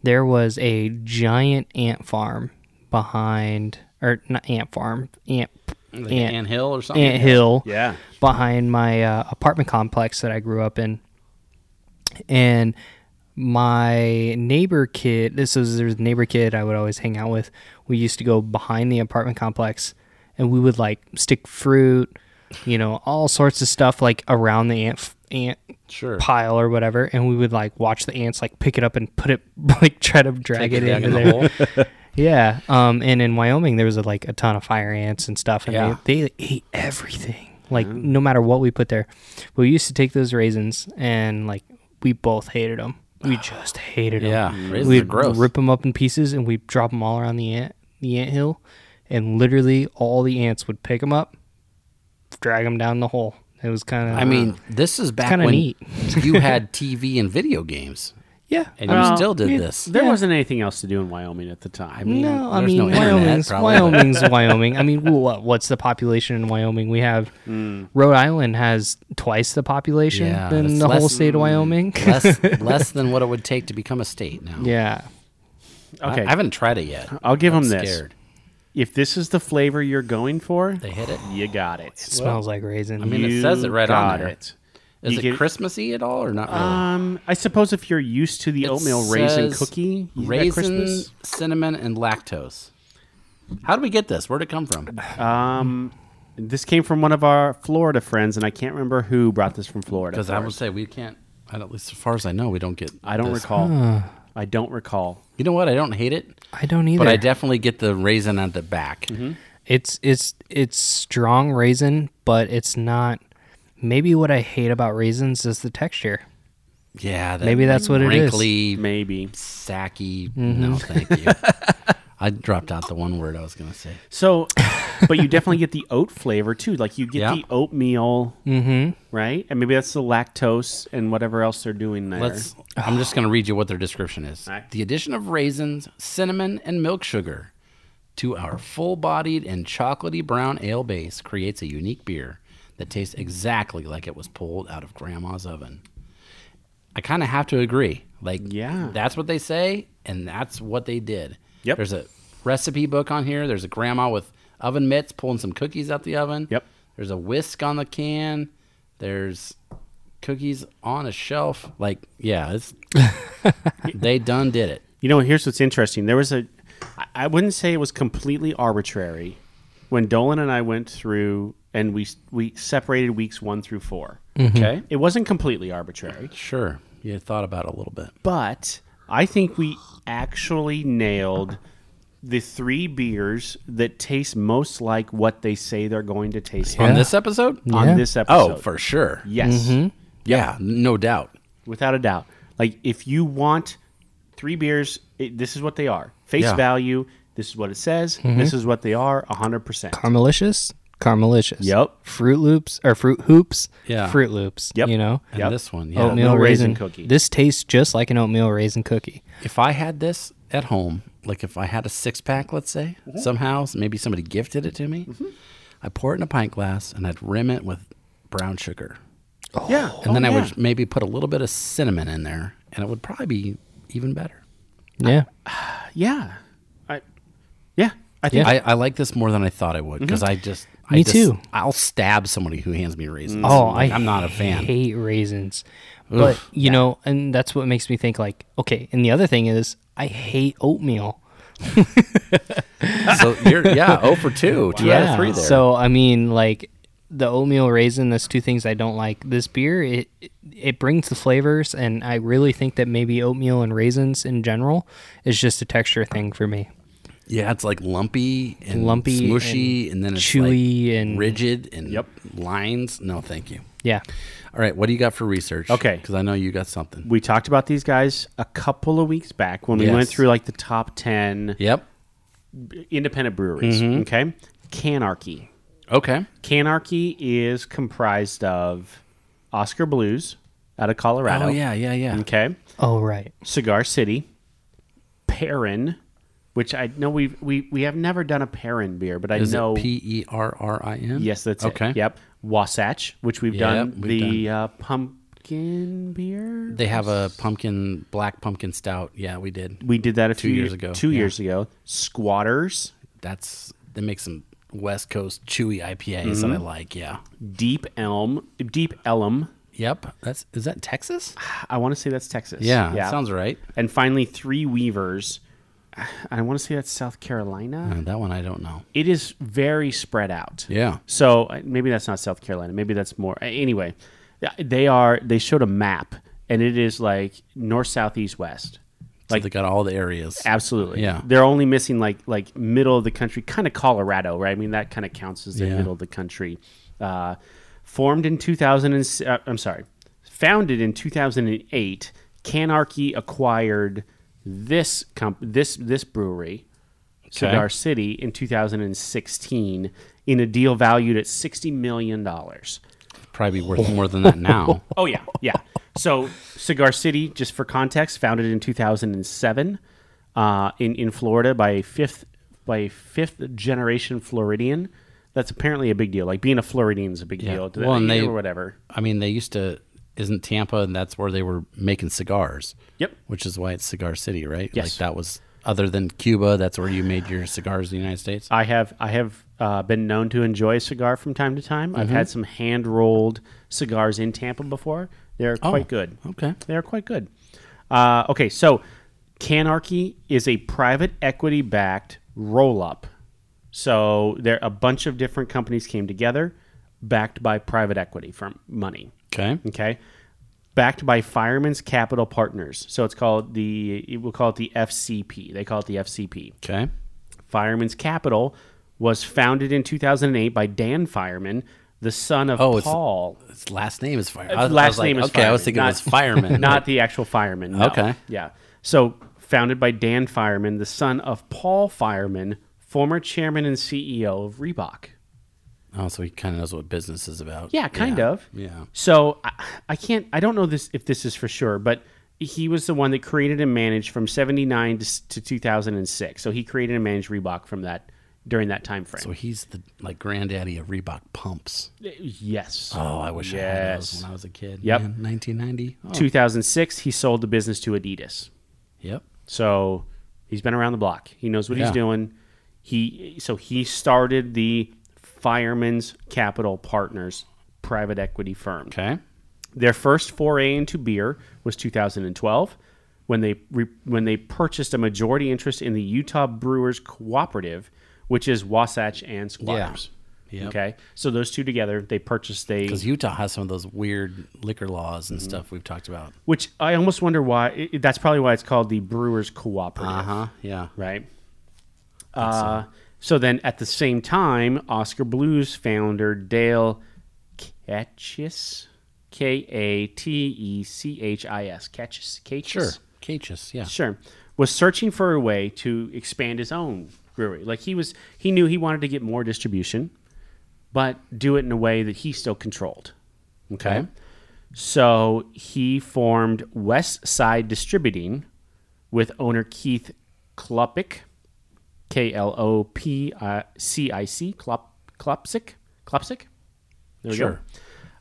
C: There was a giant ant farm behind, or not ant farm, ant
A: Like
C: Ant-
A: Ant Hill or something.
C: ant hill
B: Yeah.
C: behind my uh, apartment complex that I grew up in. And my neighbor kid, this was there's a neighbor kid I would always hang out with. We used to go behind the apartment complex and we would like stick fruit, you know, all sorts of stuff like around the ant f- ant
A: Sure.
C: pile or whatever and we would like watch the ants like pick it up and put it [LAUGHS] like try to drag
A: Take
C: it,
A: it down
C: into
A: in the
C: their
A: hole.
C: yeah. Um, and in Wyoming, there was a, like a ton of fire ants and stuff, and
A: Yeah. Mm.
C: they, they ate everything. Like no matter what we put there, we used to take those raisins, and like we both hated them.
A: [SIGHS]
C: We just hated them.
A: Yeah, Mm, raisins are
C: we'd
A: gross.
C: rip them up in pieces, and we'd drop them all around the ant the ant hill, and literally all the ants would pick them up, drag them down the hole. It was kind of.
A: I mean, this is back
C: kinda
A: when
C: neat.
A: you had TV and video games,
C: yeah.
A: and you
B: Well,
A: still did
B: [LAUGHS]
C: yeah.
A: this.
B: There wasn't anything else to do in Wyoming at the time.
A: mean,
C: No, I
A: there's
C: mean
A: no internet,
C: Wyoming's
A: probably, but- [LAUGHS]
C: Wyoming's Wyoming. I mean, what what's the population in Wyoming? We have Rhode Island has twice the population
A: Hmm. Yeah,
C: than
A: it's
C: the whole
A: less-
C: state of Wyoming.
A: less less than what it would take to become a state now.
C: [LAUGHS] yeah.
A: I-
B: Okay.
A: I, haven't tried it yet.
B: I'll give
A: I'm
B: them this.
A: Scared.
B: if this is the flavor you're going for,
A: They hit it.
B: you got it.
C: It smells like raisin. I
A: mean, it
B: You
A: says it right on
B: got
A: there.
B: it.
A: Is
B: You
A: it
B: get-
A: Christmassy at all or not really?
B: Um, I suppose if you're used to the
A: It
B: oatmeal raisin
A: says
B: cookie at
A: raisin,
B: Christmas,
A: cinnamon, and lactose. How did we get this? Where'd it come from?
B: um, this came from one of our Florida friends, and I can't remember who brought this from Florida.
A: Because I would say we can't. I don't, at least as far as I know, we don't get.
B: I don't
A: this.
B: recall. I don't recall.
A: You know what? I don't hate it,
C: I don't either.
A: but I definitely get the raisin at the back.
B: Mm-hmm.
C: it's it's it's strong raisin, but it's not. Maybe what I hate about raisins is the texture.
A: Yeah, that,
C: Maybe that's what it is.
A: wrinkly,
B: Maybe.
A: sacky.
B: Mm-hmm.
A: No, thank you.
B: [LAUGHS]
A: I dropped out the one word I was going to say.
B: So, but you definitely get the oat flavor too. Like you get
A: Yeah. Mm-hmm.
B: the oatmeal, right? And maybe that's the lactose and whatever else they're doing there.
A: Let's. I'm just going to read you what their description is.
B: Alright.
A: The addition of raisins, cinnamon, and milk sugar to our full-bodied and chocolatey brown ale base creates a unique beer that tastes exactly like it was pulled out of grandma's oven. I kind of have to agree. Like,
B: Yeah.
A: that's what they say, and that's what they did.
B: Yep.
A: There's a recipe book on here. There's a grandma with oven mitts pulling some cookies out the oven.
B: Yep.
A: There's a whisk on the can. There's cookies on a shelf. Like, yeah,
B: [LAUGHS]
A: it's, they done did it.
B: You know, here's what's interesting. There was a, I- I wouldn't say it was completely arbitrary. When Dolan and I went through and we we separated weeks one through 4
A: Okay.
B: it wasn't completely arbitrary,
A: Sure. You had thought about it a little bit.
B: but I think we actually nailed the three beers that taste most like what they say they're going to taste
A: On
B: like
A: this episode?
B: on
C: Yeah.
B: this episode.
A: Oh, for Mm-hmm. sure.
B: yes,
A: Yeah, no doubt.
B: without a doubt. Like if you want three beers. It, this is what they are. Face
A: Yeah. Mm-hmm.
B: value. This is what it says. This is what they are. hundred percent.
C: Carmelicious, Carmelicious.
B: Yep.
C: Fruit Loops or Fruit Hoops.
A: Yeah.
C: Fruit Loops.
B: Yep.
C: You know.
A: And
B: Yep. Oh,
A: this one, yeah.
C: Oatmeal
B: raisin
C: raisin,
B: cookie.
C: This tastes just like an oatmeal raisin cookie.
A: If I had this at home, like if I had a six pack, let's say,
B: Mm-hmm.
A: somehow, maybe somebody gifted it to me, I pour it in a pint glass and I'd rim it with brown sugar.
B: Oh, Yeah.
A: And then I would maybe put a little bit of cinnamon in there and it would probably be even better.
C: Yeah.
B: Yeah. I. Yeah. I think.
A: I, I like this more than I thought I would
B: Mm-hmm.
A: because I just. I
C: Me
A: just-
C: too.
A: I'll stab somebody who hands me raisins.
C: Oh,
A: Like,
C: I
A: I'm not a fan.
C: Hate raisins, but you know, and that's what makes me think like, okay. And the other thing is, I hate oatmeal.
A: so you're yeah, oh for two, two out of three there.
C: So I mean, like the oatmeal raisin. That's two things I don't like. This beer, it it brings the flavors, and I really think that maybe oatmeal and raisins in general is just a texture thing for me.
A: yeah, it's like lumpy and
C: Lumpy
A: smushy, and,
C: and
A: then it's
C: chewy
A: like
C: and-
A: rigid and
B: Yep.
A: lines. No, thank you.
C: Yeah,
A: All right, what do you got for research?
B: Okay.
A: because I know you got something.
B: we talked about these guys a couple of weeks back when we
A: Yes.
B: went through like the top ten
A: Yep.
B: independent breweries.
A: Mm-hmm.
B: Okay. Canarchy.
A: Okay.
B: Canarchy is comprised of Oscar Blues out of Colorado.
A: Oh yeah, yeah, yeah.
B: Okay.
C: Oh, right.
B: Cigar City, Perrin, which I know we've we we have never done a Perrin beer, but I
A: Is
B: know
A: it P E R R I N?
B: yes, that's
A: okay.
B: it. Yep, Wasatch, which we've
A: Yep,
B: done
A: we've
B: the Uh, pumpkin beer.
A: They have a pumpkin, black pumpkin stout. Yeah, we did.
B: we did that a few
A: years
B: ye-
A: ago,
B: Two
A: yeah.
B: years ago, Squatters,
A: That's that makes some West Coast chewy IPAs that I
B: Mm-hmm.
A: like. Yeah.
B: Deep Elm, Deep Elm.
A: Yep. That's is that Texas?
B: [SIGHS] I want to say that's Texas.
A: Yeah. yeah. Sounds right.
B: And finally, Three Weavers. [SIGHS] I want to say that's South Carolina.
A: Uh, that one I don't know.
B: It is very spread out.
A: Yeah.
B: So uh, maybe that's not South Carolina. Maybe that's more. a- Anyway, yeah, they are. They showed a map, and it is like north, south, east, west.
A: Like they got all the areas.
B: Absolutely.
A: Yeah.
B: They're only missing like like middle of the country, kind of Colorado, right? I mean that kind of counts as the
A: Yeah.
B: middle of the country. Uh, formed in 2000 and s- uh, I'm sorry, founded in 2008, Canarchy acquired this comp- this this brewery, Cigar City in 2016 in a deal valued at 60 million dollars.
A: Probably worth more
B: [LAUGHS]
A: than that now.
B: Oh yeah, yeah. So Cigar City, just for context, founded in 2007 uh, in in Florida by a fifth by a fifth generation Floridian. That's apparently a big deal. Like being a Floridian is a big deal. To
A: Well, and they-
B: or whatever.
A: I mean, they used to isn't Tampa, and that's where they were making cigars.
B: Yep.
A: Which is why it's Cigar City, right?
B: Yes.
A: Like that was other than Cuba, that's where you made your cigars in the United States.
B: I have I have uh, been known to enjoy a cigar from time to time.
A: Mm-hmm.
B: I've had some hand rolled cigars in Tampa before. They're
A: Oh,
B: quite good.
A: okay.
B: they are quite good. Uh, okay, so Canarchy is a private equity backed roll up. So there a bunch of different companies came together, backed by private equity from money.
A: Okay.
B: Okay. Backed by Fireman's Capital Partners. So it's called the, we'll call it the FCP. They call it the FCP.
A: Okay.
B: Fireman's Capital was founded in 2008 by Dan Fireman, the son of
A: Oh, it's-
B: Paul.
A: Its last name is Fire. I
B: His
A: was- I
B: last
A: was like,
B: name is
A: okay. I was thinking it was Fireman.
B: [LAUGHS] not the actual fireman. no.
A: Okay.
B: yeah. So founded by Dan Fireman, the son of Paul Fireman, former chairman and CEO of Reebok.
A: [LAUGHS] oh, so he kind of knows what business is about.
B: Yeah, kind of.
A: Yeah.
B: So I, I can't. I don't know this if this is for sure, but he was the one that created and managed from '79 to, s- to 2006. So he created and managed Reebok from that during that time frame.
A: So he's the like granddaddy of Reebok pumps.
B: yes.
A: Oh, I wish I had those
B: Yes.
A: when I was a kid.
B: Yep.
A: Man, 1990. Oh,
B: 2006, he sold the business to Adidas.
A: Yep.
B: So he's been around the block. He knows what
A: Yeah.
B: he's doing. He so he started the Fireman's Capital Partners private equity firm.
A: Okay.
B: Their first foray into beer was 2012 when they re, when they purchased a majority interest in the Utah Brewers Cooperative, which is Wasatch and Squatters.
A: Yep.
B: Okay. So those two together, they purchased a
A: Because Utah has some of those weird liquor laws
B: Mm-hmm.
A: and stuff we've talked about.
B: which I almost wonder why i that's probably why it's called the Brewers Cooperative.
A: Uh huh. Yeah.
B: right? Uh, so then at the same time, Oscar Blues founder Dale Ketchis, K A T E C H I S, Ketchis, Ketchis,
A: Sure. Cachus, yeah.
B: Sure. Was searching for a way to expand his own brewery. Like he was he knew he wanted to get more distribution, but do it in a way that he still controlled. Okay.
A: Okay.
B: So he formed West Side Distributing with owner Keith Klopik, K L O P C I C Klop Klopsik Klopsik. There we
A: Sure.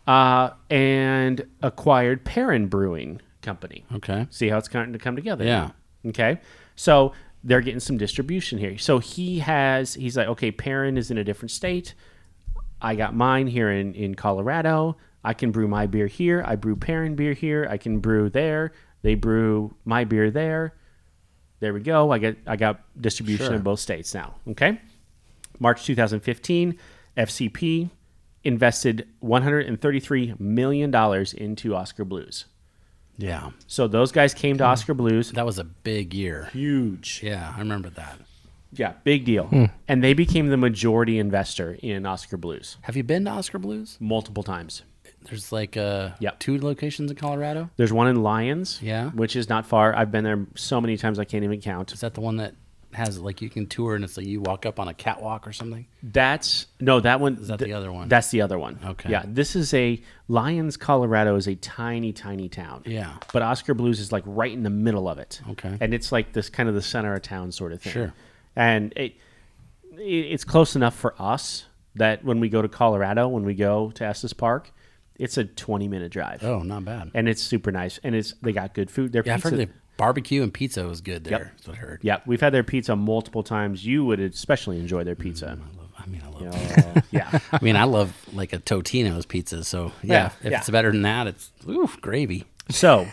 B: go. Uh, and acquired Perrin Brewing Company
A: Okay.
B: see how it's going to come together.
A: Yeah.
B: Okay. So they're getting some distribution here. So he has, he's like, okay, Perrin is in a different state. I got mine here in, in Colorado. I can brew my beer here. I brew Perrin beer here. I can brew there. They brew my beer there. There we go. I get I got distribution
A: Sure.
B: in both states now. Okay. March 2015, FCP invested 133 million dollars into Oscar Blues.
A: Yeah.
B: So those guys came to Oscar Blues.
A: That was a big year.
B: Huge.
A: Yeah, I remember that.
B: Yeah, big deal. And they became the majority investor in Oscar Blues
A: Have you been to Oscar Blues?
B: multiple times.
A: There's like uh,
B: Yep.
A: two locations in Colorado.
B: There's one in Lyons,
A: Yeah.
B: which is not far. I've been there so many times I can't even count.
A: Is that the one that has like you can tour and it's like you walk up on a catwalk or something?
B: That's no, that one. Is
A: that the other one?
B: That's the other one.
A: Okay.
B: Yeah, this is a Lyons, Colorado is a tiny, tiny town.
A: Yeah.
B: But Oscar Blues is like right in the middle of it.
A: Okay.
B: And it's like this kind of the center of town sort of thing.
A: Sure.
B: And it, it it's close enough for us that when we go to Colorado, when we go to Estes Park, it's a twenty minute drive.
A: Oh, not bad.
B: And it's super nice. And it's they got good food. Their
A: yeah, I've
B: pizza
A: heard the barbecue and pizza was good there. That's what I heard.
B: Yeah, we've had their pizza multiple times. You would especially enjoy their pizza.
A: I mean, I love.
B: Uh, [LAUGHS] yeah.
A: I mean, I love like a Totino's pizza. So
B: Yeah,
A: yeah, if
B: yeah.
A: it's better than that, it's oof gravy.
B: So,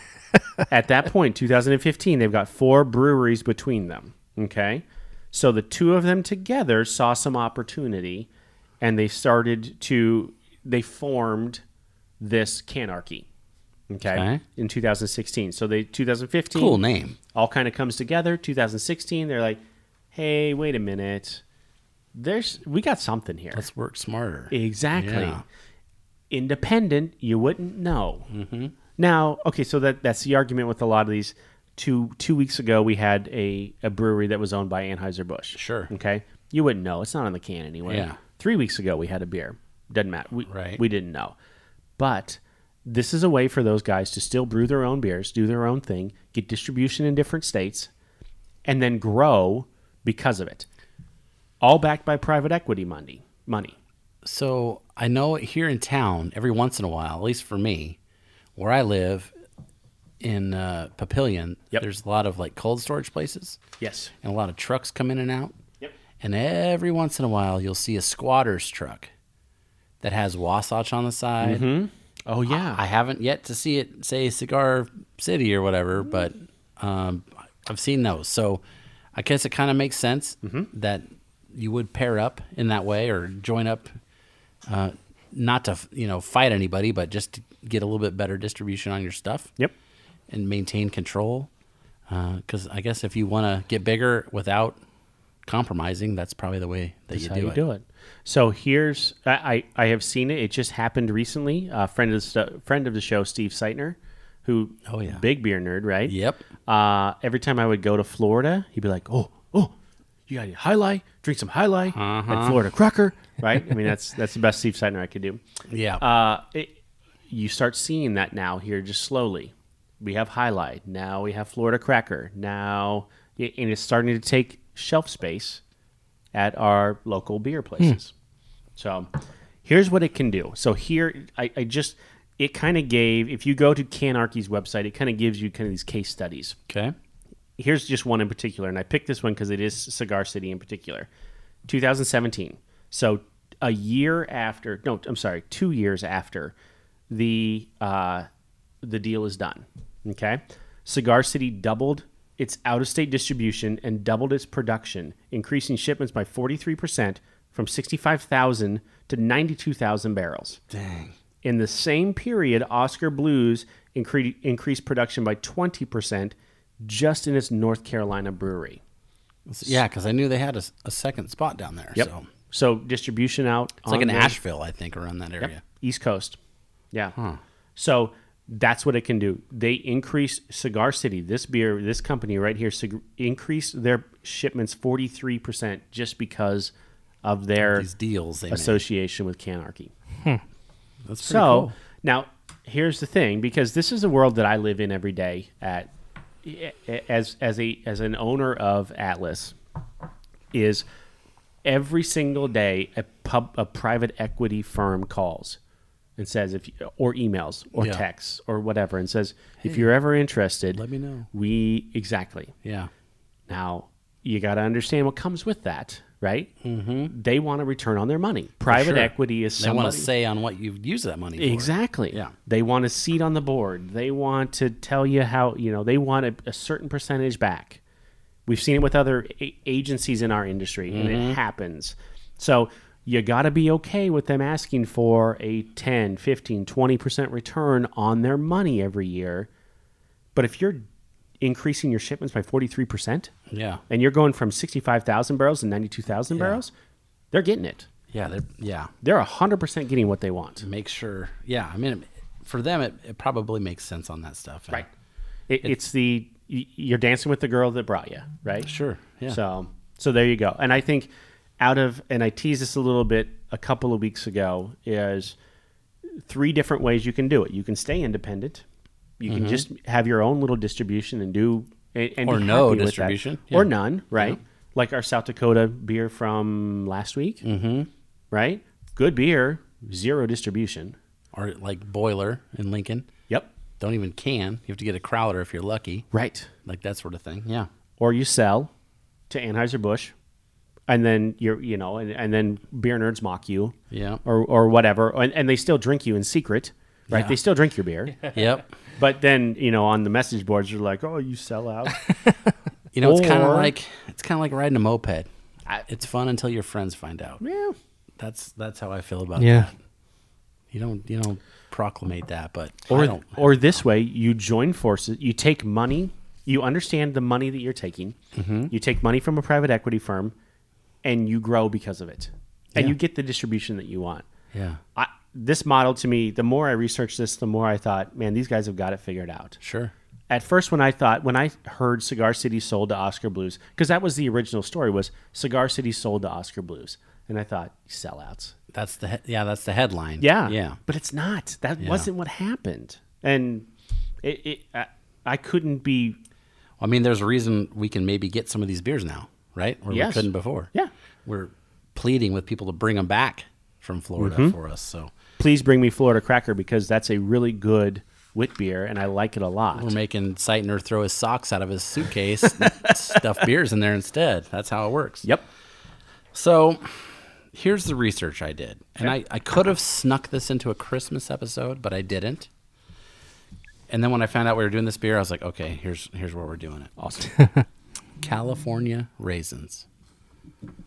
B: at that point, 2015, they've got four breweries between them. Okay. So the two of them together saw some opportunity and they started to, they formed this canarchy. Okay.
A: Okay.
B: In 2016. So they, 2015,
A: Cool name.
B: all kind of comes together. 2016, they're like, hey, wait a minute. There's, we got something here.
A: Let's work smarter.
B: Exactly.
A: Yeah.
B: Independent, you wouldn't know.
A: Mm-hmm.
B: Now, okay, so that that's the argument with a lot of these. Two two weeks ago, we had a, a brewery that was owned by Anheuser Busch.
A: Sure.
B: Okay, you wouldn't know. It's not on the can anyway.
A: Yeah.
B: Three weeks ago, we had a beer. Doesn't matter. We,
A: Right.
B: We didn't know, but this is a way for those guys to still brew their own beers, do their own thing, get distribution in different states, and then grow because of it. All backed by private equity money. Money.
A: So I know here in town, every once in a while, at least for me, where I live in uh, Papillion,
B: Yep.
A: there's a lot of like cold storage places,
B: Yes.
A: and a lot of trucks come in and out.
B: Yep.
A: And every once in a while, you'll see a squatter's truck that has Wasatch on the side.
B: Oh yeah.
A: I haven't yet to see it say Cigar City or whatever, but um, I've seen those. So I guess it kind of makes sense that you would pair up in that way or join up, uh, not to you know fight anybody, but just to get a little bit better distribution on your stuff
B: yep.
A: and maintain control. Because I guess if you want to get bigger without compromising, that's probably the way that you,
B: That's
A: do,
B: how you
A: it.
B: do it. So here's I, I I have seen it. It just happened recently. A friend of the st- friend of the show, Steve Seitner, who
A: Oh, yeah.
B: big beer nerd, right?
A: Yep.
B: Uh, every time I would go to Florida, he'd be like, "Oh, oh, you got high life, drink some high life
A: Uh-huh.
B: at Florida Cracker, right?" I mean, that's that's the best Steve Seitner I could do.
A: Yeah.
B: Uh, it, you start seeing that now here just slowly. We have Highlight. Now we have Florida Cracker. Now, y- and it's starting to take shelf space at our local beer places. So here's what it can do. So here, I, I just, it kind of gave, if you go to Canarchy's website, it kind of gives you kind of these case studies
A: okay.
B: here's just one in particular, and I picked this one because it is Cigar City in particular. 2017. So a year after, no, I'm sorry, two years after the uh, the deal is done. Okay, Cigar City doubled its out-of-state distribution and doubled its production, increasing shipments by 43 percent from 65,000 to 92,000 barrels.
A: Dang.
B: In the same period, Oscar Blues incre- increased production by 20% just in its North Carolina brewery.
A: Yeah, because I knew they had a, s- a second spot down there.
B: Yep. So,
A: So.
B: distribution out.
A: It's like an Asheville, I think, around that area.
B: East Coast. Yeah. So that's what it can do. They increase Cigar City, this beer, this company right here, sig- increased their shipments 43% just because of their
A: These deals they make.
B: association with Canarchy.
A: That's pretty
B: So
A: cool.
B: now here's the thing, because this is a world that I live in every day at as as a as an owner of Atlas is every single day a pub a private equity firm calls and says if you, or emails or
A: Yeah.
B: texts or whatever and says if you're ever interested
A: let me know.
B: we exactly
A: yeah.
B: now, you got to understand what comes with that, right? Mm-hmm. They want a return on their money. Private
A: sure.
B: equity is
A: They
B: somebody.
A: want to say on what you've used that money for.
B: exactly.
A: Yeah.
B: They want a seat on the board. They want to tell you how, you know, they want a, a certain percentage back. We've seen it with other a- agencies in our industry,
A: Mm-hmm.
B: and it happens. So you got to be okay with them asking for a 10, 15, 20% return on their money every year. But if you're increasing your shipments by 43%,
A: Yeah.
B: and you're going from 65,000 barrels to 92,000 barrels, they're getting it.
A: Yeah. They're, yeah.
B: They're 100% getting what they want.
A: Make sure. Yeah. I mean, for them, it, it probably makes sense on that stuff.
B: Right. It, it's the, y- you're dancing with the girl that brought you, right?
A: Sure. Yeah.
B: So, so there you go. And I think out of, and I teased this a little bit a couple of weeks ago, is three different ways you can do it. You can stay independent. You can just have your own little distribution and do, and, and
A: Mm-hmm. Or
B: be
A: no
B: happy with that.
A: distribution.
B: or
A: Yeah.
B: none, right? Like our South Dakota beer from last week, mm-hmm. right? Good beer, zero distribution.
A: Or like Boiler in Lincoln.
B: Yep,
A: Don't even can. You have to get a crowler if you're lucky.
B: right.
A: Like that sort of thing. Yeah.
B: Or you sell to Anheuser Busch, and then you're, you know, and, and then beer nerds mock you,
A: Yeah.
B: or or whatever, and, and they still drink you in secret, right?
A: [LAUGHS] Yeah.
B: They still drink your beer, [LAUGHS]
A: Yep.
B: but then you know on the message boards you're like, oh, you
A: [LAUGHS]
B: sell out.
A: You know, it's kind of
B: Or-
A: like it's kind of like riding a moped. it's fun until your friends find out.
B: yeah,
A: That's that's how I feel about
C: Yeah.
A: that. You don't you don't proclamate that, but I
B: or
A: don't.
B: or this way you join forces you take money you understand the money that you're taking
A: Mm-hmm.
B: you take money from a private equity firm and you grow because of it and
A: Yeah.
B: you get the distribution that you want
A: Yeah.
B: I, this model to me the more i researched this the more i thought man these guys have got it figured out
A: Sure.
B: at first when i thought when i heard cigar city sold to oscar blues because that was the original story was cigar city sold to oscar blues and i thought sellouts
A: That's the he- yeah. That's the headline.
B: yeah.
A: Yeah.
B: But it's not. That wasn't what happened. And it, it I, I couldn't be.
A: I mean, there's a reason we can maybe get some of these beers now, right? Where
B: Yes.
A: we couldn't before.
B: Yeah.
A: We're pleading with people to bring them back from Florida
B: Mm-hmm.
A: for us. So
B: Please bring me Florida Cracker because that's a really good wit beer and I like it a lot.
A: we're making Seitner throw his socks out of his suitcase,
B: [LAUGHS]
A: and stuff beers in there instead. That's how it works.
B: yep.
A: So here's the research I did. And I, I could have snuck this into a Christmas episode, but I didn't. And then when I found out we were doing this beer, I was like, okay, here's here's where we're doing it.
B: Awesome.
A: [LAUGHS] California raisins.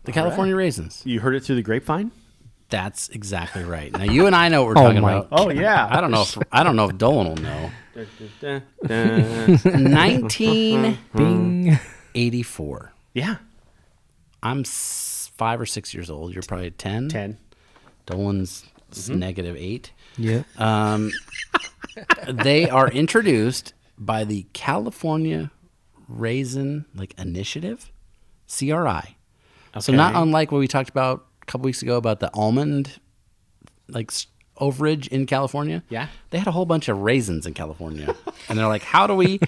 A: The California raisins.
B: you heard it through the grapevine?
A: That's exactly right. Now you and I know what we're talking
C: my
A: about.
B: Oh, yeah.
A: I don't know if I don't know if Dolan will
B: [LAUGHS]
A: know.
B: Dun, dun.
A: Nineteen
B: Hmm.
C: Bing.
A: eighty four.
B: yeah.
A: I'm s- five or six years old. You're probably ten.
B: 10.
A: Dolan's s-
B: Mm-hmm.
A: negative eight.
C: yeah.
A: Um, they are introduced by the California Raisin like Initiative, CRI. So not
B: Okay.
A: unlike what we talked about a couple weeks ago about the almond like s- overage in California.
B: Yeah.
A: they had a whole bunch of raisins in California, and they're like, how do
B: [LAUGHS]
A: we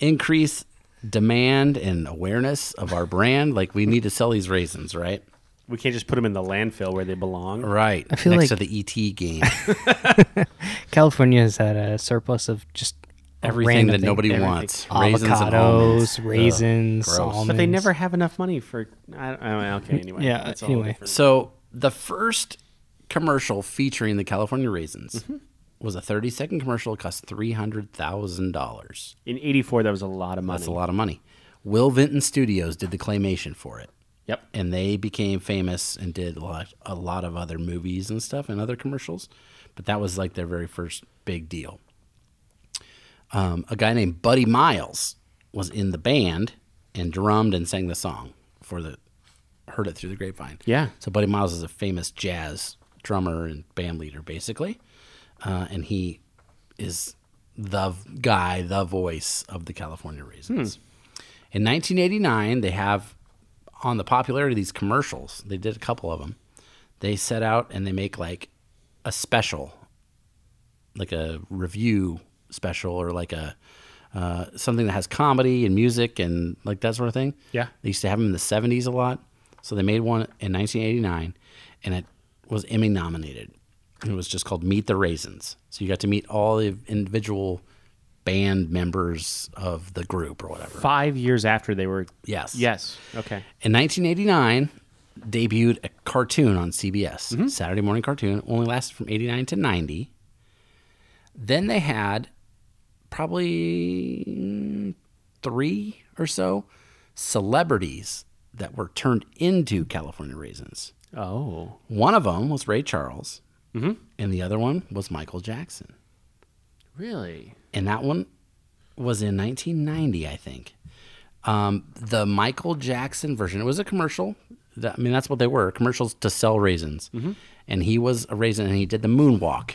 A: increase demand and awareness of our brand? Like we need to sell these raisins, right?
B: We can't just put them in the landfill where they belong.
A: Right.
C: feel
A: next
C: like-
A: to the ET game.
C: California has had a surplus of just
A: everything
C: random
A: that
C: thing.
A: nobody
C: Everything.
A: wants. Raisins and almonds.
C: Avocados, raisins,
A: gross. But
C: almonds.
B: But they never have enough money for. I don't, I don't- okay, anyway.
C: Yeah,
B: That's a whole
C: anyway.
B: different-
A: So the first commercial featuring the California raisins was a 30 second commercial. It cost three hundred thousand dollars.
B: In 84, that was a lot of money.
A: That's a lot of money. Will Vinton Studios did the claymation for it,
B: Yep.
A: and they became famous and did a lot, a lot of other movies and stuff and other commercials. But that was like their very first big deal. Um, a guy named Buddy Miles was in the band and drummed and sang the song for the heard it through the grapevine.
B: Yeah.
A: So Buddy Miles is a famous jazz drummer and band leader, basically, uh, and he is the v- guy, the voice of the California Raisins. In 1989, they have on the popularity of these commercials. They did a couple of them. They set out and they make like a special, like a review special or like a uh, something that has comedy and music and like that sort of thing.
B: Yeah.
A: They used to have them in the 70s a lot. So they made one in 1989 and it was Emmy nominated. It was just called Meet the Raisins. So you got to meet all the individual band members of the group or whatever.
B: Five years after they were.
A: Yes.
B: Yes. Okay.
A: In 1989, debuted a cartoon on CBS, Saturday morning cartoon, only lasted from 89 to 90. Then they had probably three or so celebrities that were turned into California Raisins.
B: Oh.
A: One of them was Ray Charles, and the other one was Michael Jackson.
B: Really?
A: and that one was in 1990, I think. Um, the Michael Jackson version. It was a commercial. That, I mean, that's what they were commercials to sell raisins. And he was a raisin, and he did the moonwalk.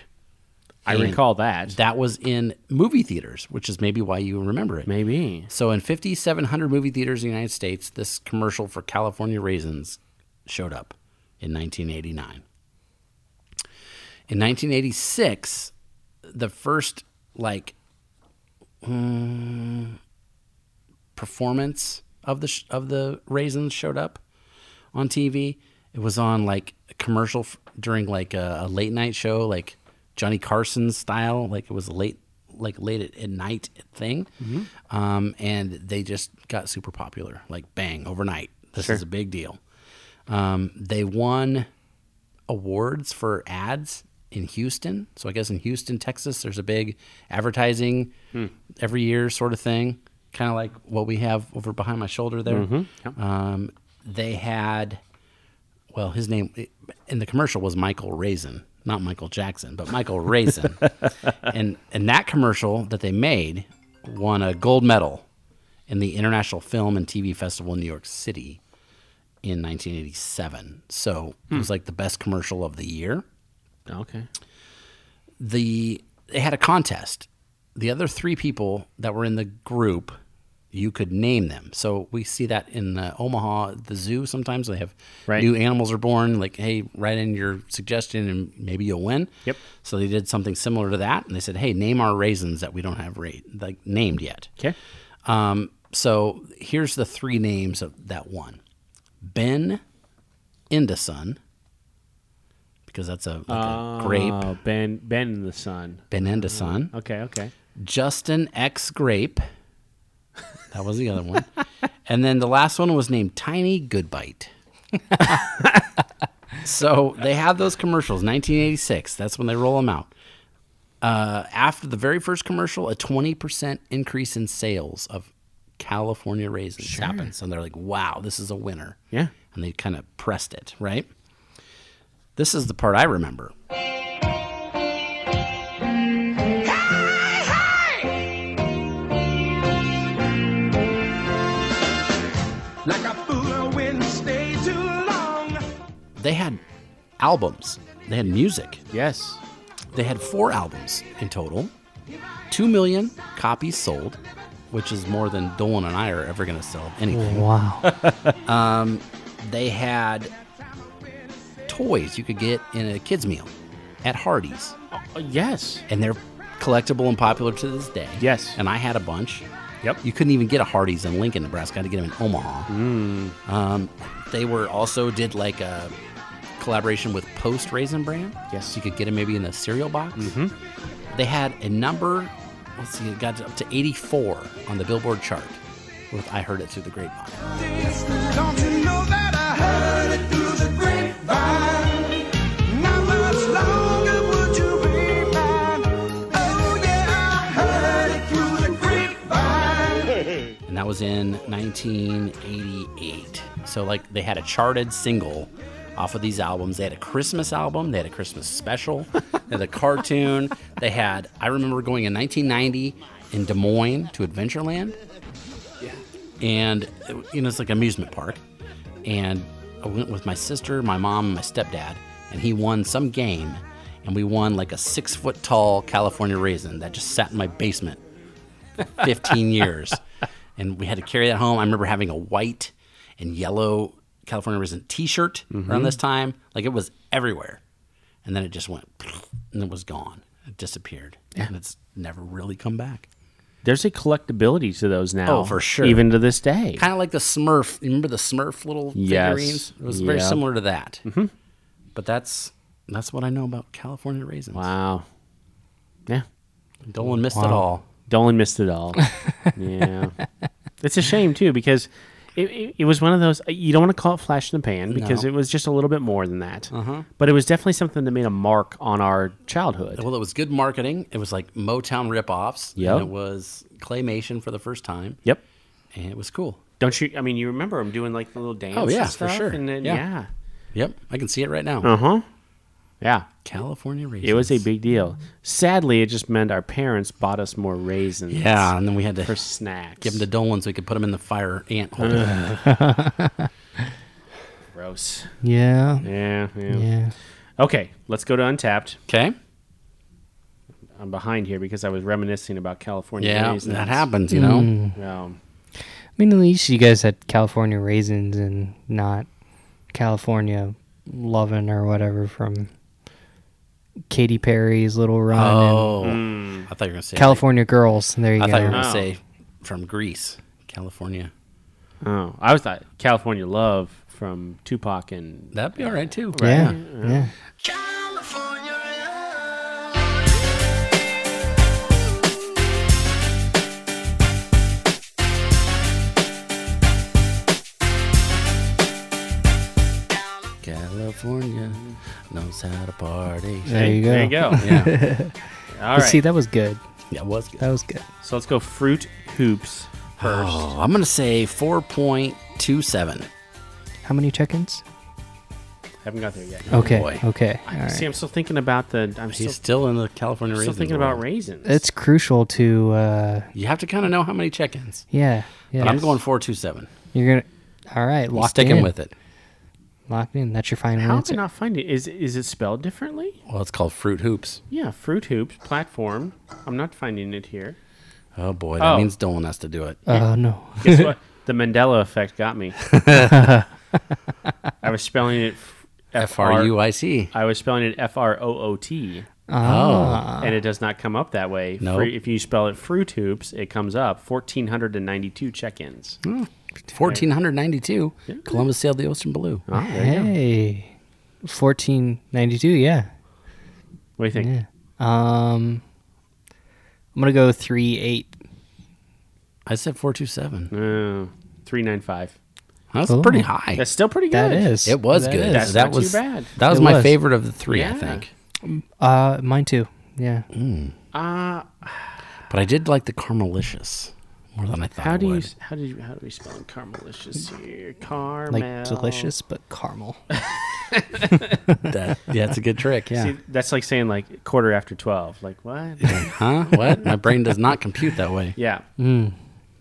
B: I
A: And
B: recall that.
A: That was in movie theaters, which is maybe why you remember it.
B: Maybe.
A: So, in 5,700 movie theaters in the United States, this commercial for California raisins showed up in 1989. In 1986, the first like mm, performance of the sh- of the raisins showed up on TV. It was on like a commercial f- during like a, a late night show, like Johnny Carson style. Like it was a late like late at, at night thing, um, and they just got super popular. Like bang overnight. This is a big deal. Um, they won awards for ads in Houston. So I guess in Houston, Texas, there's a big advertising every year sort of thing, kind of like what we have over behind my shoulder there. Um, they had, well, his name in the commercial was Michael Raisin, not Michael Jackson, but Michael Raisin. and and that commercial that they made won a gold medal in the International Film and TV Festival in New York City in 1987. So
B: Hmm.
A: it was like the best commercial of the year.
B: Okay.
A: The they had a contest. The other three people that were in the group, you could name them. So we see that in uh, Omaha, the zoo. Sometimes they have
B: Right.
A: new animals are born. Like, hey, write in your suggestion and maybe you'll win.
B: Yep.
A: So they did something similar to that, and they said, hey, name our raisins that we don't have ra- like named yet.
B: Okay.
A: Um, so here's the three names of that one: Ben Indasun, because that's a, like a grape.
B: Oh, Ben Ben in the Sun.
A: Ben Indasun,
B: Okay, okay.
A: Justin X Grape. That was the other one, [LAUGHS] and then the last one was named Tiny Goodbite. [LAUGHS] so they have those commercials. 1986. That's when they roll them out. Uh, after the very first commercial, a 20% increase in sales of California raisins happens. And they're like, wow, this is a winner.
B: Yeah.
A: And they kind of pressed it, right? This is the part I remember.
D: Like a fool when stay too long.
A: They had albums, they had music.
B: Yes.
A: They had four albums in total, 2 million copies sold, which is more than Dolan and I are ever going to sell of anything.
C: [LAUGHS] Wow.
B: Mm.
A: they had toys you could get in a kids meal at Hardee's,
B: Uh, yes.
A: and they're collectible and popular to this day.
B: Yes.
A: and I had a bunch.
B: Yep.
A: You couldn't even get a Hardee's in Lincoln, Nebraska. I had to get them in Omaha.
B: Mm.
A: Um, they were also did like a collaboration with Post Raisin Bran.
B: Yes.
A: you could get them maybe in a cereal box. They had a number. Let's see, it got up to 84 on the Billboard chart. With I heard it through the grapevine.
D: Don't you know that I heard it through the grapevine? Not much longer would you be mine. Oh yeah, I heard it through the grapevine.
A: and that was in 1988. So like they had a charted single off of these albums. They had a Christmas album, they had a Christmas special, [LAUGHS] they had a cartoon. They had I remember going in 1990 in Des Moines to Adventureland. Yeah. And it- you know it's like an amusement park. And I went with my sister, my mom, and my stepdad, and he won some game and we won like a six foot tall California raisin that just sat in my basement for 15 years. And we had to carry that home. I remember having a white and yellow California raisin t shirt
B: Mm-hmm.
A: around this time. Like it was everywhere. And then it just went and it was gone. It disappeared. And it's never really come back.
B: There's a collectability to those now.
A: Oh, for sure.
B: Even to this day.
A: Kind of like the Smurf. You remember the Smurf little
B: Yes.
A: figurines? It was very
B: Yeah. Mm-hmm.
A: similar to that. But that's that's what I know about California raisins.
B: Wow. Yeah.
A: Dolan missed it all.
B: Dolan missed it
A: [LAUGHS]
B: all. yeah. It's a shame, too, because it, it, it was one of those, you don't want to call it flash in the pan because
A: No.
B: it was just a little bit more than that. Uh-huh. But it was definitely something that made a mark on our childhood.
A: Well, it was good marketing. It was like Motown ripoffs.
B: Yep.
A: And it was claymation for the first time.
B: Yep.
A: And it was cool.
B: Don't you? I mean, you remember him doing like the little dance
A: Oh, yeah,
B: and
A: for
B: stuff,
A: sure.
B: And then,
A: Yeah.
B: yeah.
A: Yep. I can see it right now.
B: Uh huh. Yeah.
A: California raisins.
B: It was a big deal. Sadly, it just meant our parents bought us more raisins.
A: Yeah. And then we had to
B: For snacks.
A: give them to Dolan so we could put them in the fire ant hole.
B: gross.
C: Yeah.
B: Yeah, yeah.
C: Yeah.
B: Okay, let's go to Untapped.
A: Okay.
B: I'm behind here because I was reminiscing about California
A: Yeah.
B: raisins.
A: That happens, you know?
C: Mm.
B: Um,
C: I mean, at least you guys had California raisins and not California lovin' or whatever from Katy Perry's Little Run and
A: Oh. I thought you were going to say
C: California Girls. There you
A: I
C: go.
A: thought you were going to
B: Mm. Oh.
A: say from Greece, California.
B: oh, I was thought California Love from Tupac and
A: That'd be all right, too.
C: yeah. Yeah.
D: California, yeah.
A: California knows how to
C: [LAUGHS]
A: party.
C: There you go.
B: There you go.
A: Yeah.
B: All
C: But
B: right.
C: See, that was good.
A: yeah. It was good.
C: That was good.
B: so let's go fruit hoops first.
A: Oh, I'm going to say 4.27.
C: How many chickens?
B: Haven't got there yet.
C: okay.
A: Oh, boy.
C: Okay. All right.
B: See, I'm still thinking about the. I'm still,
A: He's still in the California
B: still
A: raisins.
B: thinking about
A: world.
B: raisins.
C: It's crucial to. uh
A: You have to kind of know how many check-ins.
C: Yeah. Yeah.
A: But I'm going 427.
C: You're gonna. All right.
A: I'm
C: Locked
A: sticking
C: in.
A: with it.
C: Locked in. That's your final
B: How
C: answer.
B: can I find it? Is is it spelled differently?
A: Well, it's called Fruit Hoops.
B: Yeah, fruit hoops platform. I'm not finding it here.
A: Oh, boy. That
B: Oh. Uh,
A: means Dolan has to do it.
C: Oh no.
B: Guess what? The Mandela effect got me. I was spelling it f-
A: F R U I E. C.
B: I was spelling it F R O O T,
A: Oh.
C: Ah.
B: and it does not come up that way.
A: Nope.
B: Fruit- if you spell it fruit hoops, it comes up 1,492 check ins.
A: 1492. Columbus sailed the ocean blue.
B: Oh, there you go.
C: Hey. Fourteen ninety two. Yeah.
B: What do you think?
C: Yeah. Um. I'm gonna go three eight.
A: I said 427.
B: Oh, 395.
A: That's
C: Cool.
A: pretty high.
B: Oh. That's still pretty good.
C: That is.
A: it was
C: That
A: good.
C: is.
B: That's
A: that
B: not too
A: was
B: bad.
A: that was
C: It
A: my
C: was.
A: favorite of the three, I
B: Yeah.
A: think.
C: Uh, mine too. Yeah.
B: Mm-hmm. Uh,
A: But I did like the caramelicious more than I thought.
B: how
A: I
B: do you
A: would.
B: [LAUGHS] s- how do you how do we spell caramelicious here? Caramel.
C: Like delicious, but caramel. [LAUGHS]
A: That, yeah, it's a good trick. Yeah.
B: See, that's like saying like quarter after twelve. Like what?
A: huh? What? My brain does not compute that way.
B: yeah.
C: Hmm.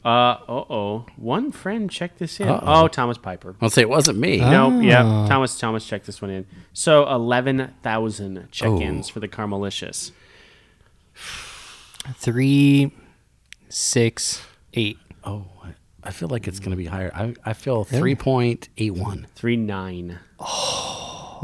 B: Uh oh. One friend checked this in.
A: Uh-oh.
B: oh Thomas Piper.
A: I'll say it wasn't me.
B: No, yeah. Thomas Thomas checked this one in. So eleven thousand check-ins for the Carmelicious.
C: Three, six, eight.
A: Oh, I- I feel like it's going to be higher. I, I feel 3.81.
B: Three nine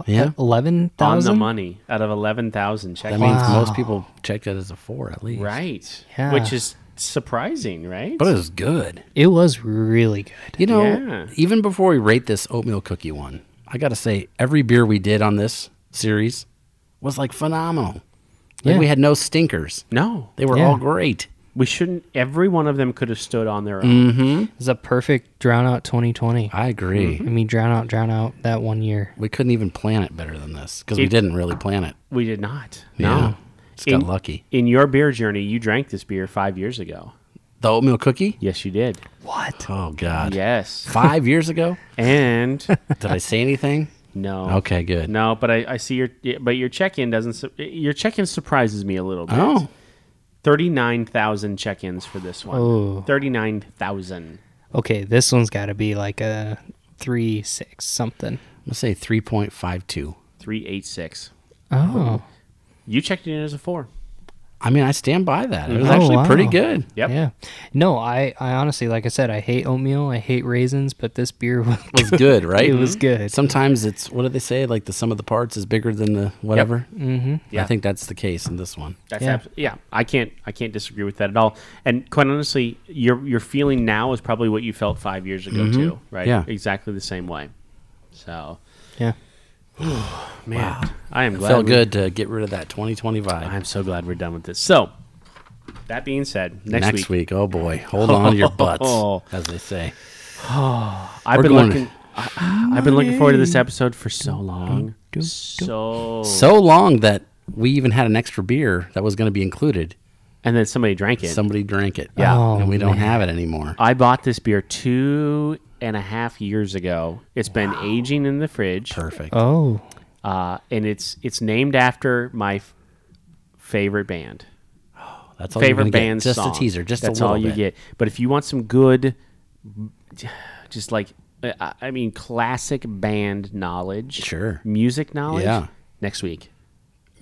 A: Yeah.
C: Eleven
B: on the
C: thousand.
B: money out of eleven thousand
A: That
B: check-ins.
A: means
C: Wow.
A: most people check that as a four at least.
B: right.
C: Yeah.
B: Which is surprising, right?
A: But it was good.
C: It was really good.
A: You know,
B: Yeah.
A: even before we rate this oatmeal cookie one, I got to say, every beer we did on this series was like phenomenal. Like
C: Yeah.
A: we had no stinkers,
B: no,
A: they were
C: Yeah.
A: all great.
B: we shouldn't. Every one of them could have stood on their own.
C: It was a perfect drown out 2020. I
A: I agree.
C: mean, drown out, drown out that one year.
A: Mm-hmm. We couldn't even plan it better than this because we
B: It-
A: didn't really plan it.
B: We did not.
A: Yeah.
B: No.
A: Just got
B: In-
A: lucky.
B: In your beer journey, you drank this beer five years ago.
A: The oatmeal cookie?
B: Yes, you did.
C: What?
A: Oh, God.
B: Yes.
A: [LAUGHS] Five years ago?
B: [LAUGHS] and
A: Did I say
B: [LAUGHS]
A: anything?
B: no.
A: Okay, good.
B: No, but I, I see your yeah, but your check-in doesn't su- your check-in surprises me a little bit.
A: Oh.
B: 39,000 check-ins for this one.
C: Oh.
B: 39,000.
C: Okay, this one's got to be like a three, six, something.
A: I'm gonna say 3.52.
B: 386.
C: Oh.
B: You checked it in as a four.
A: I mean, I stand by that. It was
C: Oh,
A: actually pretty
C: wow.
A: good.
B: Yep.
C: Yeah. No, I, I honestly, like I said, I hate oatmeal. I hate raisins, but this beer was, [LAUGHS]
A: It was
B: [LAUGHS]
A: good, right? Mm-hmm.
C: it was good.
A: Sometimes it's what do they say? Like the sum of the parts is bigger than the whatever. Mm-hmm.
B: Yeah.
A: I think that's the case in this one.
B: That's
C: Yeah.
B: yeah. yeah, I can't I can't disagree with that at all. And quite honestly, your your feeling now is probably what you felt five years ago too, right?
A: Mm-hmm. Yeah.
B: exactly the same way. So,
C: yeah.
B: man, I am glad.
A: Felt
B: we-
A: good to get rid of that 2020 vibe.
B: I'm so glad we're done with this. So, that being said, next,
A: Next,
B: week,
A: week. oh
B: [LAUGHS]
A: boy, hold on to your butts,
B: Oh.
A: as they say.
B: I've
A: we're
B: been
A: going-
B: looking. I, I've been looking forward to this episode for so long. So,
A: So long that we even had an extra beer that was going to be included.
B: and then somebody drank it.
A: Somebody drank it,
B: Yeah.
C: Oh,
A: and we don't have it anymore.
B: I bought this beer two and a half years ago. It's been aging in the fridge.
A: Perfect.
C: Oh.
B: uh, and it's it's named after my f- favorite band.
A: That's all
B: favorite
A: you're gonna
B: band's
A: Get. Just
B: song.
A: a teaser. Just
B: that's
A: a little
B: all you
A: bit.
B: get. But if you want some good, just like uh, I I mean, classic band knowledge,
A: Sure.
B: music knowledge.
A: Yeah.
B: next week.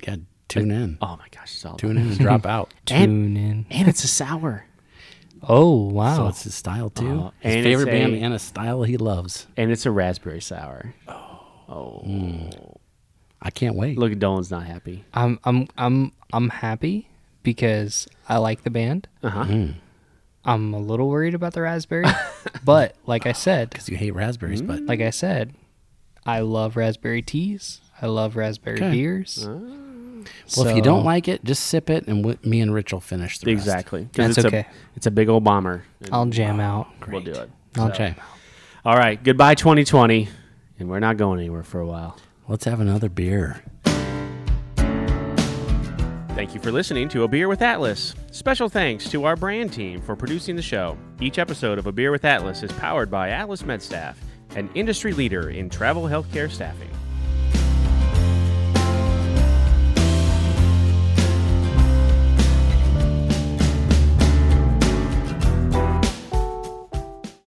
A: Yeah, tune in.
B: Oh my gosh, it's all
A: Tune in and drop out.
B: [LAUGHS] and,
C: Tune in.
B: and it's a sour,
C: Oh,
A: So
C: wow.
A: it's his style too.
B: Oh,
A: his
B: and it's
A: favorite band
B: a-
A: and a style he loves.
B: and it's a raspberry sour. Oh,
A: I can't wait.
B: look, Dolan's not happy.
C: I'm, I'm, I'm, I'm happy because I like the band. Mm.
B: Uh huh.
C: I'm a little worried about the raspberry, [LAUGHS] but like I said,
A: you hate raspberries, but
B: Mm,
C: like I said, I love raspberry teas. I love raspberry
A: Okay.
C: beers.
A: well, if you
C: So-
A: don't like it, just sip it, and w- me and Rich will finish the rest.
B: Exactly. 'Cause
C: That's
B: it's
C: okay.
B: A, it's a big old bomber.
C: I'll jam out.
B: We'll do it.
A: Okay,
B: All right. Goodbye, 2020. And we're not going anywhere for a while.
A: let's have another beer.
B: Thank you for listening to A Beer with Atlas. Special thanks to our brand team for producing the show. Each episode of A Beer with Atlas is powered by Atlas MedStaff, an industry leader in travel healthcare staffing.